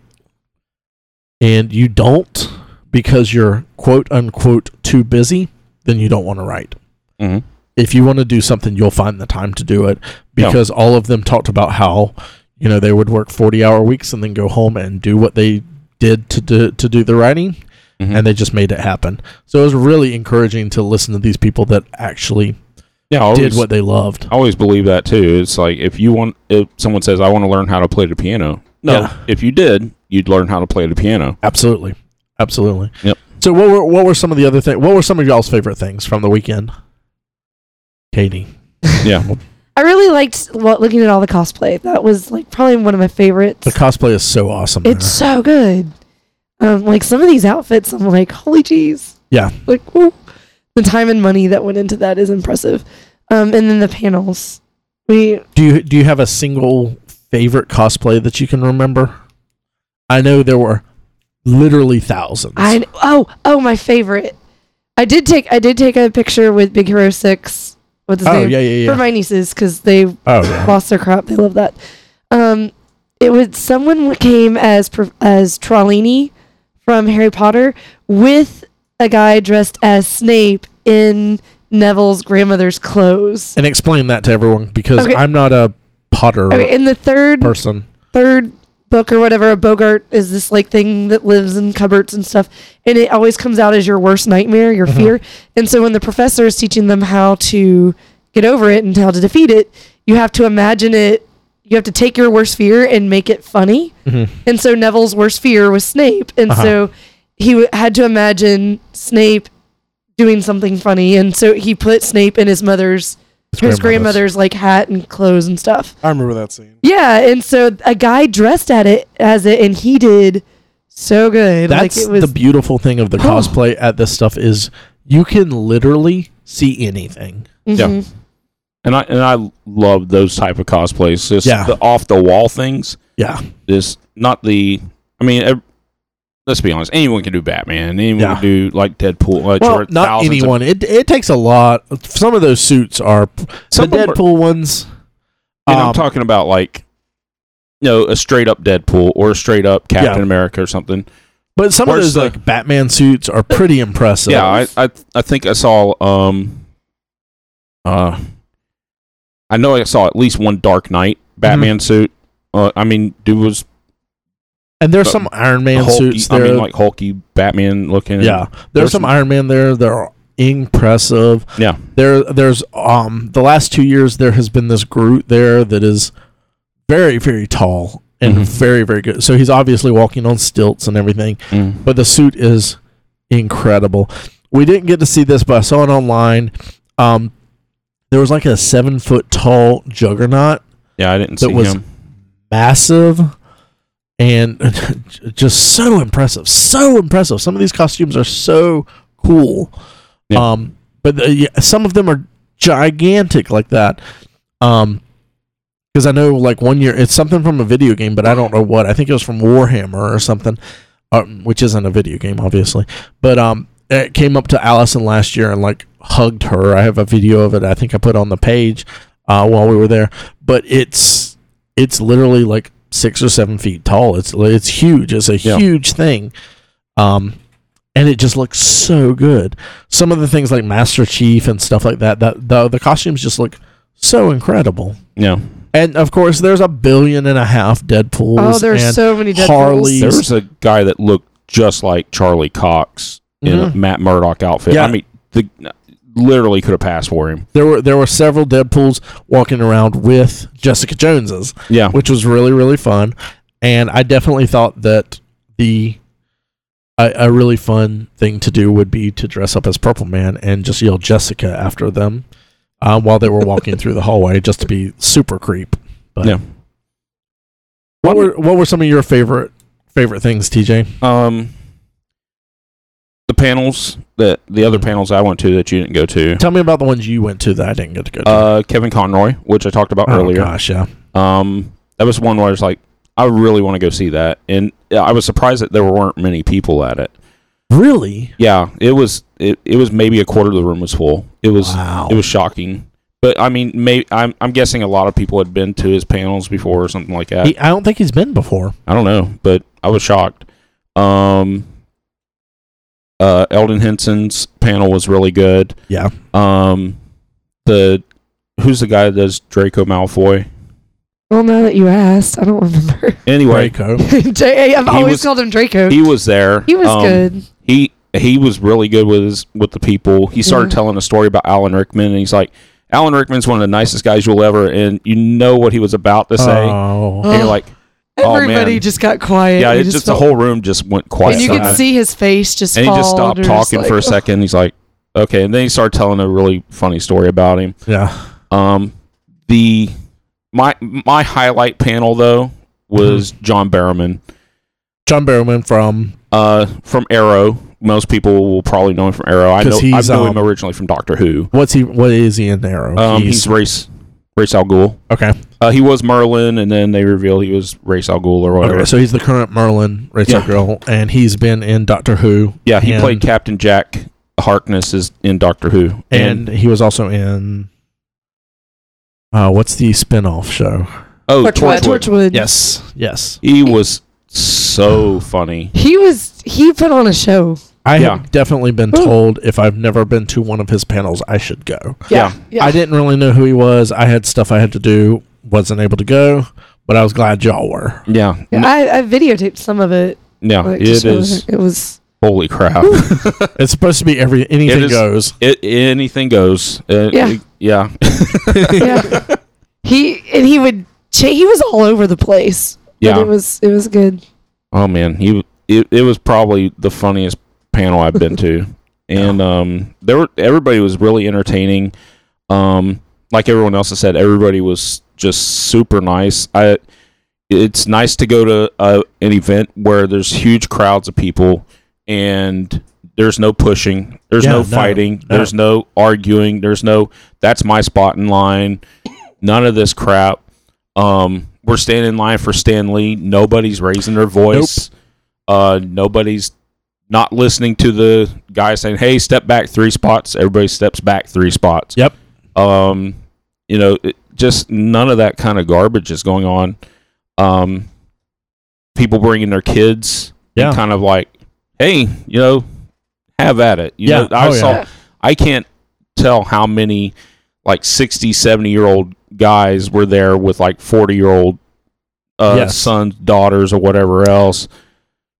and you don't because you're quote unquote too busy, then you don't want to write Mm-hmm. if you want to do something, you'll find the time to do it Yeah. because all of them talked about how you know they would work forty hour weeks and then go home and do what they did to do, to do the writing, Mhm. and they just made it happen. So it was really encouraging to listen to these people that actually Yeah, I always, did what they loved. I always believe that too. It's like if you want, if someone says, "I want to learn how to play the piano," no, Yeah. if you did, you'd learn how to play the piano. Absolutely, absolutely. Yep. So what were what were some of the other things? What were some of y'all's favorite things from the weekend? Katie, Yeah, I really liked lo- looking at all the cosplay. That was like probably one of my favorites. the cosplay is so awesome. It's there. so good. Um, like some of these outfits, I'm like, holy jeez. Yeah. Like, whoa. the time and money that went into that is impressive. Um, and then the panels. We do you do you have a single favorite cosplay that you can remember? I know there were literally thousands. I oh oh my favorite. I did take I did take a picture with Big Hero Six. What's his Oh, name? yeah, yeah, yeah. For my nieces because they oh, yeah. lost their crop. They love that. Um, it was someone came as per- as Trelawney from Harry Potter with a guy dressed as Snape in Neville's grandmother's clothes. and explain that to everyone because Okay. I'm not a Potter Okay, in the third person. third book or whatever, a Bogart is this like thing that lives in cupboards and stuff, and it always comes out as your worst nightmare, your fear. And so when the professor is teaching them how to get over it and how to defeat it, you have to imagine it. You have to take your worst fear and make it funny. Mm-hmm. And so Neville's worst fear was Snape, and so he w- had to imagine Snape doing something funny, and so he put Snape in his mother's. grandmother's. His grandmother's like hat and clothes and stuff. I remember that scene. Yeah, and so a guy dressed at it as it, and he did so good. That's like it was the beautiful thing of the cosplay at this stuff is you can literally see anything. mm-hmm. Yeah. And I and I love those type of cosplays. Just Yeah. the off the wall things. Yeah. This not the. I mean, ev- let's be honest. Anyone can do Batman. Anyone Yeah. can do like Deadpool. Like, there Well, are not thousands of- anyone. it it takes a lot. Some of those suits are Some the of them are- Deadpool ones. and um, I'm talking about like, you know, a straight up Deadpool or a straight up Captain Yeah. America or something. But some of those Where's the- like Batman suits are pretty impressive. yeah, I, I I think I saw um uh I know I saw at least one Dark Knight Mm-hmm. Batman suit. Uh, I mean, dude was and there's but some Iron Man hulky, suits I there. mean, like hulky Batman looking. yeah, there's there's some some- Iron Man there. They're impressive. yeah. There, there's um the last two years there has been this Groot there that is very very tall and Mhm. very very good. So he's obviously walking on stilts and everything. Mm. but the suit is incredible. We didn't get to see this, but I saw it online. Um, there was like a seven foot tall juggernaut, Yeah, I didn't That see was- him. massive, and just so impressive. So impressive. Some of these costumes are so cool. Yeah. Um, but the, yeah, some of them are gigantic like that. Um, because I know like one year it's something from a video game, but I don't know what. I think it was from Warhammer or something, um, which isn't a video game, obviously. But um, it came up to Allison last year and like hugged her. I have a video of it. I think I put on the page uh, while we were there. But it's it's literally like six or seven feet tall. It's it's huge. It's a Yeah. huge thing. Um, and it just looks so good. Some of the things like Master Chief and stuff like that, that the, the costumes just look so incredible. Yeah, And of course, there's a billion and a half Deadpools. oh, and there's so many Deadpools. Harley. there was a guy that looked just like Charlie Cox in Mhm. a Matt Murdock outfit. Yeah. I mean, the literally could have passed for him. there were there were several Deadpools walking around with Jessica Joneses, Yeah, which was really really fun. And I definitely thought that the a, a really fun thing to do would be to dress up as Purple Man and just yell Jessica after them um, while they were walking through the hallway, just to be super creep. But Yeah. What were what were some of your favorite favorite things, TJ? um, the panels that the Mm-hmm. other panels I went to that you didn't go to. Tell me about the ones you went to that I didn't get to go to. Uh, Kevin Conroy, which I talked about oh, earlier. gosh, yeah. Um, that was one where I was like, I really want to go see that, and yeah, I was surprised that there weren't many people at it. Really? Yeah, it was it, it was maybe a quarter of the room was full. It was Wow. it was shocking, but I mean, may, I'm I'm guessing a lot of people had been to his panels before or something like that. He- I don't think he's been before. I don't know, but I was shocked. Um, uh, Eldon Henson's panel was really good. Yeah. Um, the who's the guy that does Draco Malfoy? Well, now that you asked, I don't remember. Anyway, Draco. J- I've Oh. He always was- called him Draco. He, he was there. was Um, good. He he was really good with his, with the people. He started Yeah. telling a story about Alan Rickman, and he's like, Alan Rickman's one of the nicest guys you'll ever, and you know what he was about to say, Uh, Oh. and you're like, oh, Everybody man. just got quiet. yeah, We it just the felt- whole room just went quiet. And you silent. could see his face just. and he just fall stopped and you're just talking for a like, second. He's like, okay, and then he started telling a really funny story about him. Yeah. Um, the my my highlight panel though was John Barrowman, John Barrowman from uh, from Arrow. Most people will probably know him from Arrow. I know 'Cause he's, I know um, him originally from Doctor Who. what's he? What is he in Arrow? Um, he's, race Ra's al Ghul. Okay. Uh, he was Merlin, and then they reveal he was Ra's al Ghul or whatever. Okay. So he's the current Merlin, Rachel Yeah. Girl, and he's been in Doctor Who. yeah, he and- played Captain Jack Harkness is in Doctor Who, and he was also in. Uh, what's the spin-off show? oh, Torchwood. Torchwood. Torchwood. Yes, yes. He was so funny. He was he put on a show. I Yeah. have definitely been Ooh. told if I've never been to one of his panels, I should go. Yeah. I didn't really know who he was. I had stuff I had to do, wasn't able to go, but I was glad y'all were. Yeah, Yeah, I, I videotaped some of it. yeah, but it just is. wasn't- It was. Holy crap! It's supposed to be every anything It is- goes. it anything goes. Uh, Yeah. it- yeah. Yeah. he and he would. Cha- he was all over the place. Yeah. But it was. It was good. Oh man, he it, it was probably the funniest panel I've been to, and um, there were everybody was really entertaining. Um, like everyone else has said, everybody was just super nice. I it's nice to go to uh, an event where there's huge crowds of people and there's no pushing, there's Yeah, no no, fighting, no. there's no arguing, there's no that's my spot in line, none of this crap. Um, we're standing in line for Stan Lee. Nobody's raising their voice. Uh, nobody's not listening to the guy saying, "Hey, step back three spots." Everybody steps back three spots. Yep. Um, you know, it, just none of that kind of garbage is going on. Um, people bringing their kids. and Yeah. Kind of like, hey, you know, have at it. You Yeah. know, I Oh, yeah. saw. I can't tell how many like 60, 70 year old guys were there with like 40 year old uh, Yes. sons, daughters, or whatever else.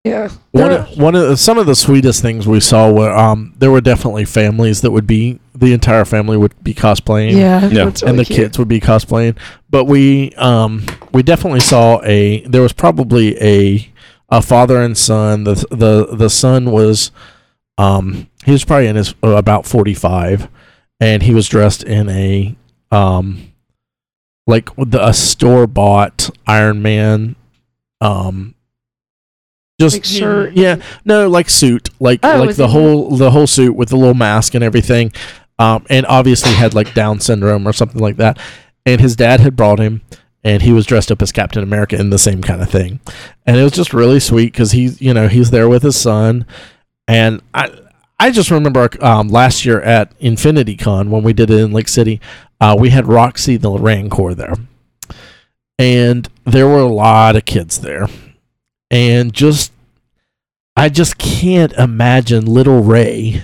Yeah. One, of- one of the, some of the sweetest things we saw were um, there were definitely families that would be the entire family would be cosplaying. Yeah. Yeah. that's and the really cute. kids would be cosplaying. But we um we definitely saw a there was probably a a father and son. The the the son was um he was probably in his uh, about 45 and he was dressed in a um like with the, a store bought Iron Man um just Like shirt. yeah no like suit like Oh, like was the he- whole the whole suit with the little mask and everything um, and obviously had like Down syndrome or something like that. And his dad had brought him, and he was dressed up as Captain America in the same kind of thing. And it was just really sweet because he's you know he's there with his son, and I I just remember um, last year at Infinity Con when we did it in Lake City, uh, we had Roxy the Rancor there, and there were a lot of kids there, and just. I just can't imagine little Ray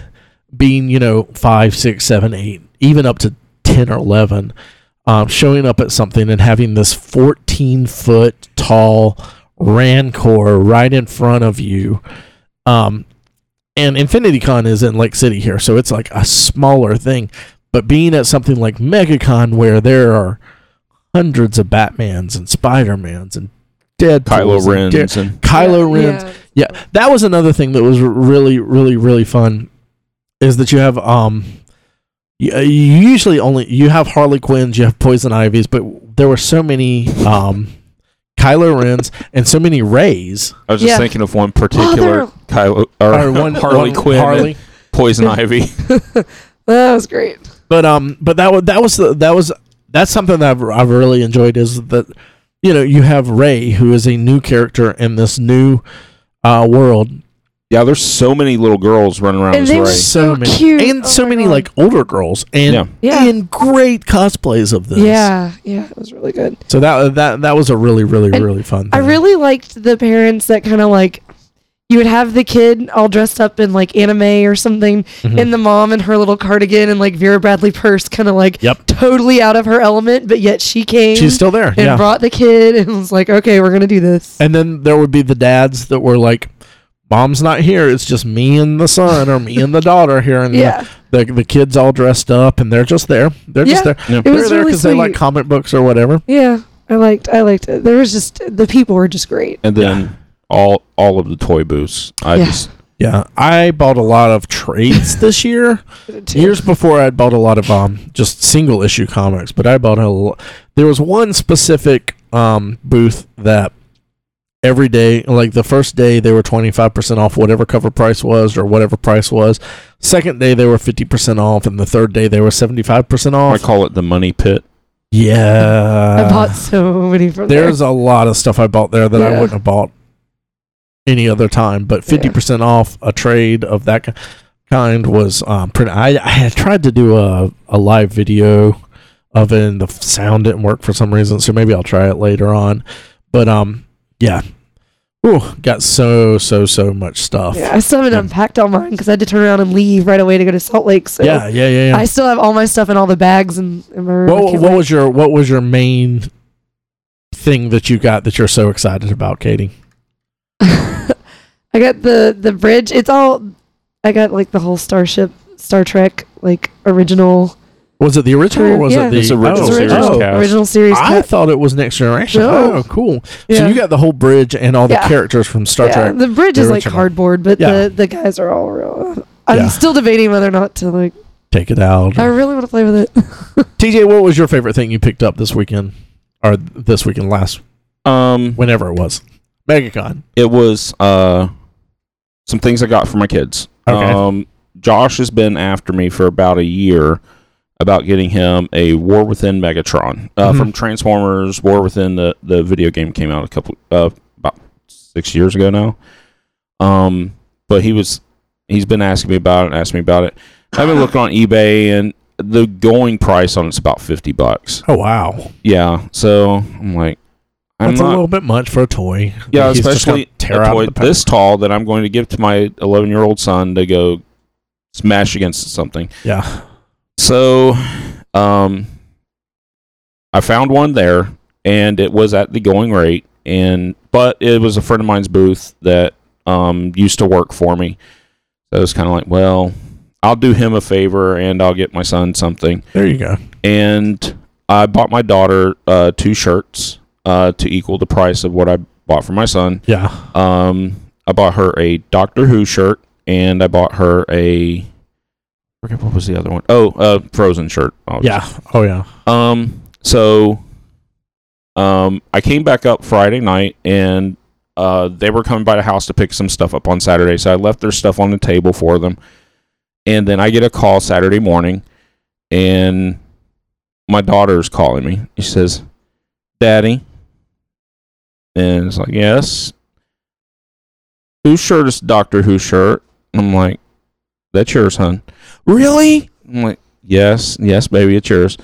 being you know five six seven eight even up to 10 or 11 um, showing up at something and having this 14 foot tall rancor right in front of you um, and infinity con is in lake city here so it's like a smaller thing but being at something like megacon where there are hundreds of batmans and spider-mans and dead Kylo Ren's and kylo ren's Yeah. yeah, that was another thing that was r- really, really, really fun is that you have um, uh, you, you usually only you have Harley Quinns, you have Poison Ivies, but there were so many um, Kylo Rens and so many Rays. I was just Yeah. thinking of one particular Oh, Kylo or, Harley Quinn, and Harley. Poison Ivy. That was great. But um, but that was that was the, that was that's something that I've, I've really enjoyed is that you know you have Ray who is a new character in this new uh, world Yeah, there's so many little girls running around And as they were Ray. so So many cute. and Oh so my many God. like older girls and Yeah. Yeah. and great cosplays of this. Yeah. Yeah. It was really good. So that that that was a really really And really fun. I thing. really liked the parents that kind of like you would have the kid all dressed up in like anime or something, Mm-hmm. and the mom in her little cardigan and like Vera Bradley purse, kind of like Yep. totally out of her element, but yet she came She's still there. and yeah. brought the kid and was like, okay, we're gonna do this. and then there would be the dads that were like, "Mom's not here. It's just me and the son, or me and the daughter here." And the- Yeah. the, the kids all dressed up, and they're just there. They're just Yeah. there. Yeah. It They're was there really they like sweet. comic books or whatever. Yeah, I liked. I liked it. There was just the people were just great. and then all all of the toy booths. I Yeah. just Yeah, I bought a lot of trades this year. Years before, I'd bought a lot of um, just single issue comics, but I bought a. L- there was one specific um, booth that every day, like the first day, they were twenty five percent off whatever cover price was or whatever price was. Second day, they were fifty percent off, and the third day, they were seventy five percent I off. call it the money pit. Yeah. I bought so many from there. There's a lot of stuff I bought there that I Yeah. wouldn't have bought any other time. But fifty percent off a trade of that ki- kind was um, pretty. I, I had tried to do a a live video of it, and the f- sound didn't work for some reason. So maybe I'll try it later on. But um, yeah. Ooh, got so so so much stuff. Yeah, I still haven't Yeah. unpacked all mine because I had to turn around and leave right away to go to Salt Lake. So yeah, yeah, yeah. yeah. I still have all my stuff in all the bags and. and my room. I what can't what wait. was your what was your main thing that you got that you're so excited about, Katie? I got the the bridge. It's all. I got like the whole Starship, Star Trek, like original, Was it the original or was Yeah. it the It's original oh, series oh. cast. original series. I cut. thought it was next generation. No. Oh, cool. So Yeah. you got the whole bridge and all the Yeah. characters from Star Yeah, Trek. The bridge the is like original. cardboard, but Yeah. the the guys are all real. I'm Yeah. still debating whether or not to like. Take it out. I really want to play with it. TJ, what was your favorite thing you picked up this weekend or this weekend last Um, whenever it was? MegaCon. it was uh, some things I got for my kids. Okay. Um, Josh has been after me for about a year about getting him a War Within Megatron uh, Mhm. from Transformers. War Within the the video game came out a couple uh, about six years ago now. Um, but he was he's been asking me about it, and asking me about it. I've been looking on eBay and the going price on it's about fifty bucks. Oh wow, Yeah, so I'm like, I'm that's a not little bit much for a toy. yeah, He's just gonna especially a toy the this tall that I'm going to give to my 11 year old son to go smash against something. pack. Yeah, So, um, I found one there, and it was at the going rate, and but it was a friend of mine's booth that um used to work for me. So it was kind of like, well, I'll do him a favor and I'll get my son something there you go. and I bought my daughter uh, two shirts uh, to equal the price of what I bought for my son. Yeah, Um, I bought her a Doctor Who shirt, and I bought her a I forget what was the other one. Oh, a Frozen shirt. obviously. yeah. Oh yeah. Um. So, um, I came back up Friday night, and uh, they were coming by the house to pick some stuff up on Saturday. So I left their stuff on the table for them, and then I get a call Saturday morning, and my daughter's calling me. She says, "Daddy," and it's like, "Yes." Whose shirt is Doctor Who shirt? And I'm like, "That's yours, hun." Really? I'm like, "Yes, yes, baby, it's yours."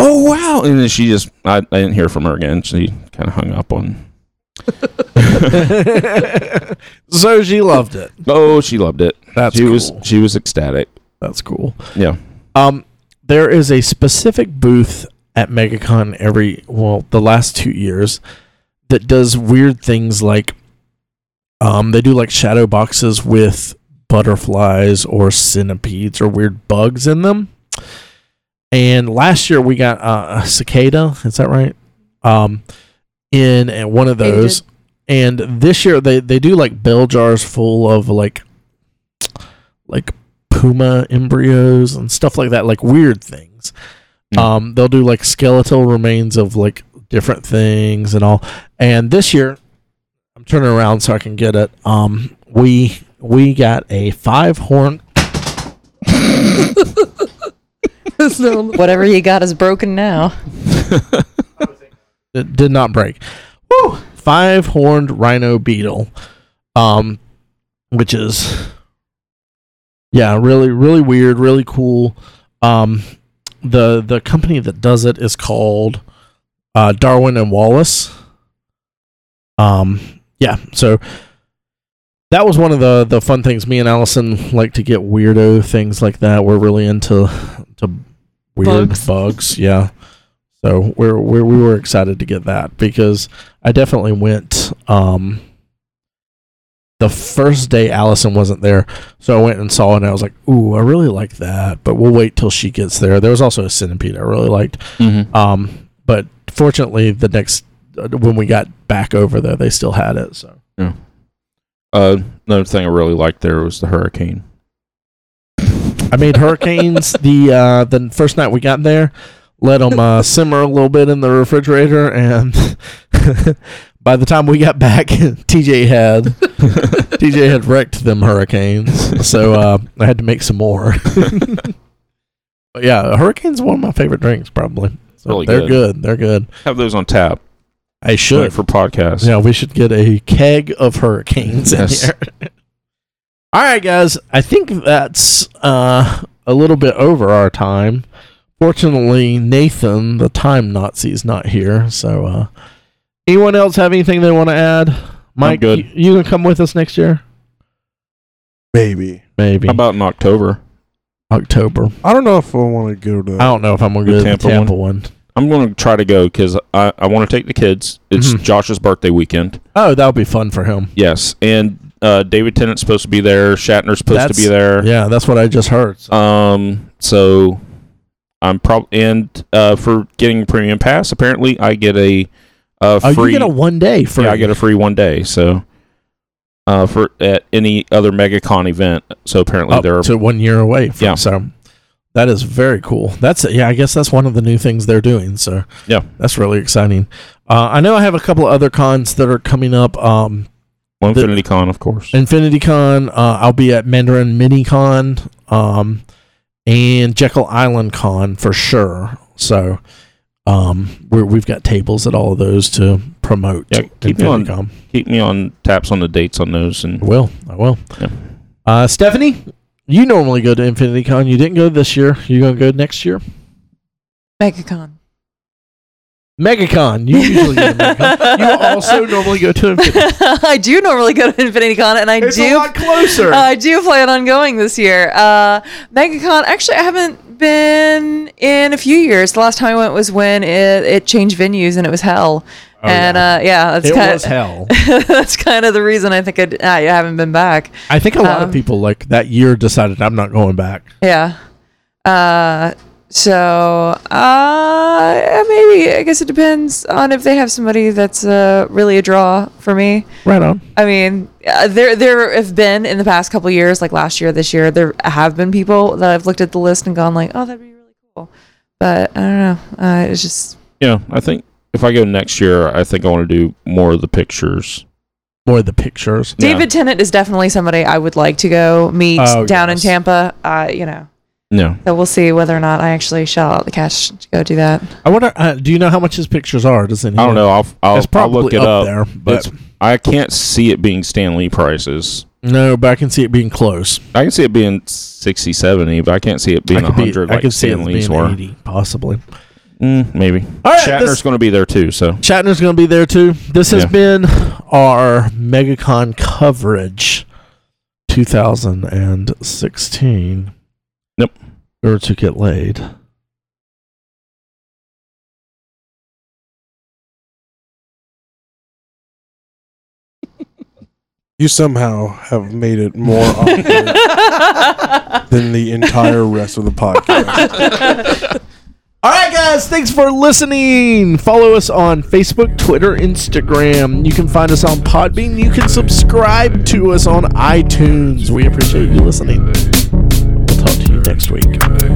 oh wow and then she just i, I didn't hear from her again she kind of hung up on so she loved it. oh she loved it That's she cool. was she was ecstatic That's cool. Yeah. Um, there is a specific booth at MegaCon every well the last two years that does weird things like um they do like shadow boxes with butterflies or centipedes or weird bugs in them. And last year we got uh, a cicada. Is that right? Um, in uh, one of Yeah, you did. those. And this year they they do like bell jars full of like like puma embryos and stuff like that, like weird things. Mm. Um, they'll do like skeletal remains of like different things and all. And this year, I'm turning around so I can get it. Um, we we got a five horn. It's not- Whatever you got is broken now. It did not break. Woo! Five horned rhino beetle. Um, which is yeah, really, really weird, really cool. Um, the the company that does it is called uh, Darwin and Wallace. Um, yeah, so that was one of the the fun things. Me and Allison like to get weirdo things like that. We're really into to weird Bugs. bugs yeah. So we're, we're we were excited to get that because I definitely went um the first day Allison wasn't there, so I went and saw it and I was like, ooh, I really like that, but we'll wait till she gets there. There was also a centipede I really liked. mm-hmm. Um, but fortunately, the next uh, when we got back over there, they still had it. So uh, another thing i really liked there was the hurricane I made hurricanes the uh, the first night we got there. Let them uh, simmer a little bit in the refrigerator, and by the time we got back, TJ had TJ had wrecked them hurricanes. So uh, I had to make some more. but yeah, hurricane's one of my favorite drinks, probably. So Really they're good. good. They're good. Have those on tap I Good should. for podcasts. Yeah, we should get a keg of hurricanes Yes. in here. All right, guys. I think that's uh, a little bit over our time. Fortunately, Nathan, the time Nazi, is not here. So, uh, anyone else have anything they want to add? Mike, good. y- you gonna come with us next year? Maybe. Maybe How about in October? October. I don't know if I want to go to. I Uh, don't know if I'm gonna go The to the Tampa Tampa one. I'm going to try to go because I, I want to take the kids. It's Mhm. Josh's birthday weekend. Oh, that would be fun for him. Yes. And uh, David Tennant's supposed to be there. Shatner's supposed That's- to be there. Yeah, that's what I just heard. So- Um, so I'm probably and uh, for getting premium pass, apparently I get a uh Oh, free. you get a one day for yeah, I get a free one day. So uh, for at any other MegaCon event. So apparently up there are to one year away. From, Yeah. So that is very cool. That's yeah. I guess that's one of the new things they're doing. So Yeah. that's really exciting. Uh, I know I have a couple of other cons that are coming up. Um, well, Infinity Con, of course. Infinity Con. Uh, I'll be at Mandarin Mini Con. Um, and Jekyll Island Con for sure. So. Um, we're, we've got tables at all of those to promote. Yeah, keep me on- Infinity Con. Keep me on taps on the dates on those, I and will. I will. Yeah. Uh, Stephanie, you normally go to Infinity Con. You didn't go this year. You gonna go next year? MegaCon. MegaCon. You usually go to MegaCon. You also normally go to Infinity. I do normally go to Infinity Con, and I It's do a lot closer. Uh, I do plan on going this year. Uh, MegaCon, actually, I haven't been in a few years. The last time I went was when it, it changed venues and it was hell. and Oh, yeah. Uh, yeah, that's it kind was hell. of, that's kind of the reason I think I'd, I haven't been back. I think a lot Um, of people like that year decided I'm not going back. Yeah. Uh, so uh, yeah, maybe I guess it depends on if they have somebody that's uh, really a draw for me. Right on. I mean, uh, there there have been in the past couple years, like last year, this year, there have been people that I've looked at the list and gone like, oh, that'd be really cool. But I don't know. Uh, it's just yeah, I think if I go next year, I think I want to do more of the pictures. More of the pictures. Yeah. David Tennant is definitely somebody I would like to go meet Oh, down yes. in Tampa. Uh, you know, Yeah, so we'll see whether or not I actually shell out the cash to go do that. I wonder. Uh, do you know how much his pictures are? Does anyone? I don't know. I'll I'll, It's I'll probably look it up up, there, but but- I can't see it being Stanley prices. No, but I can see it being close. I can see it being 60, 70, but I can't see it I being could, be, 100 I like could see it Stanley's being were. 80, possibly. Mm, maybe. All right, Shatner's this- going to be there too, so. Shatner's going to be there too. This has Yeah. been our MegaCon coverage 2016. Yep. Or to get laid. You somehow have made it more awkward than the entire rest of the podcast. All right, guys, thanks for listening. Follow us on Facebook, Twitter, Instagram. You can find us on Podbean. You can subscribe to us on iTunes. We appreciate you listening. We'll talk to you next week.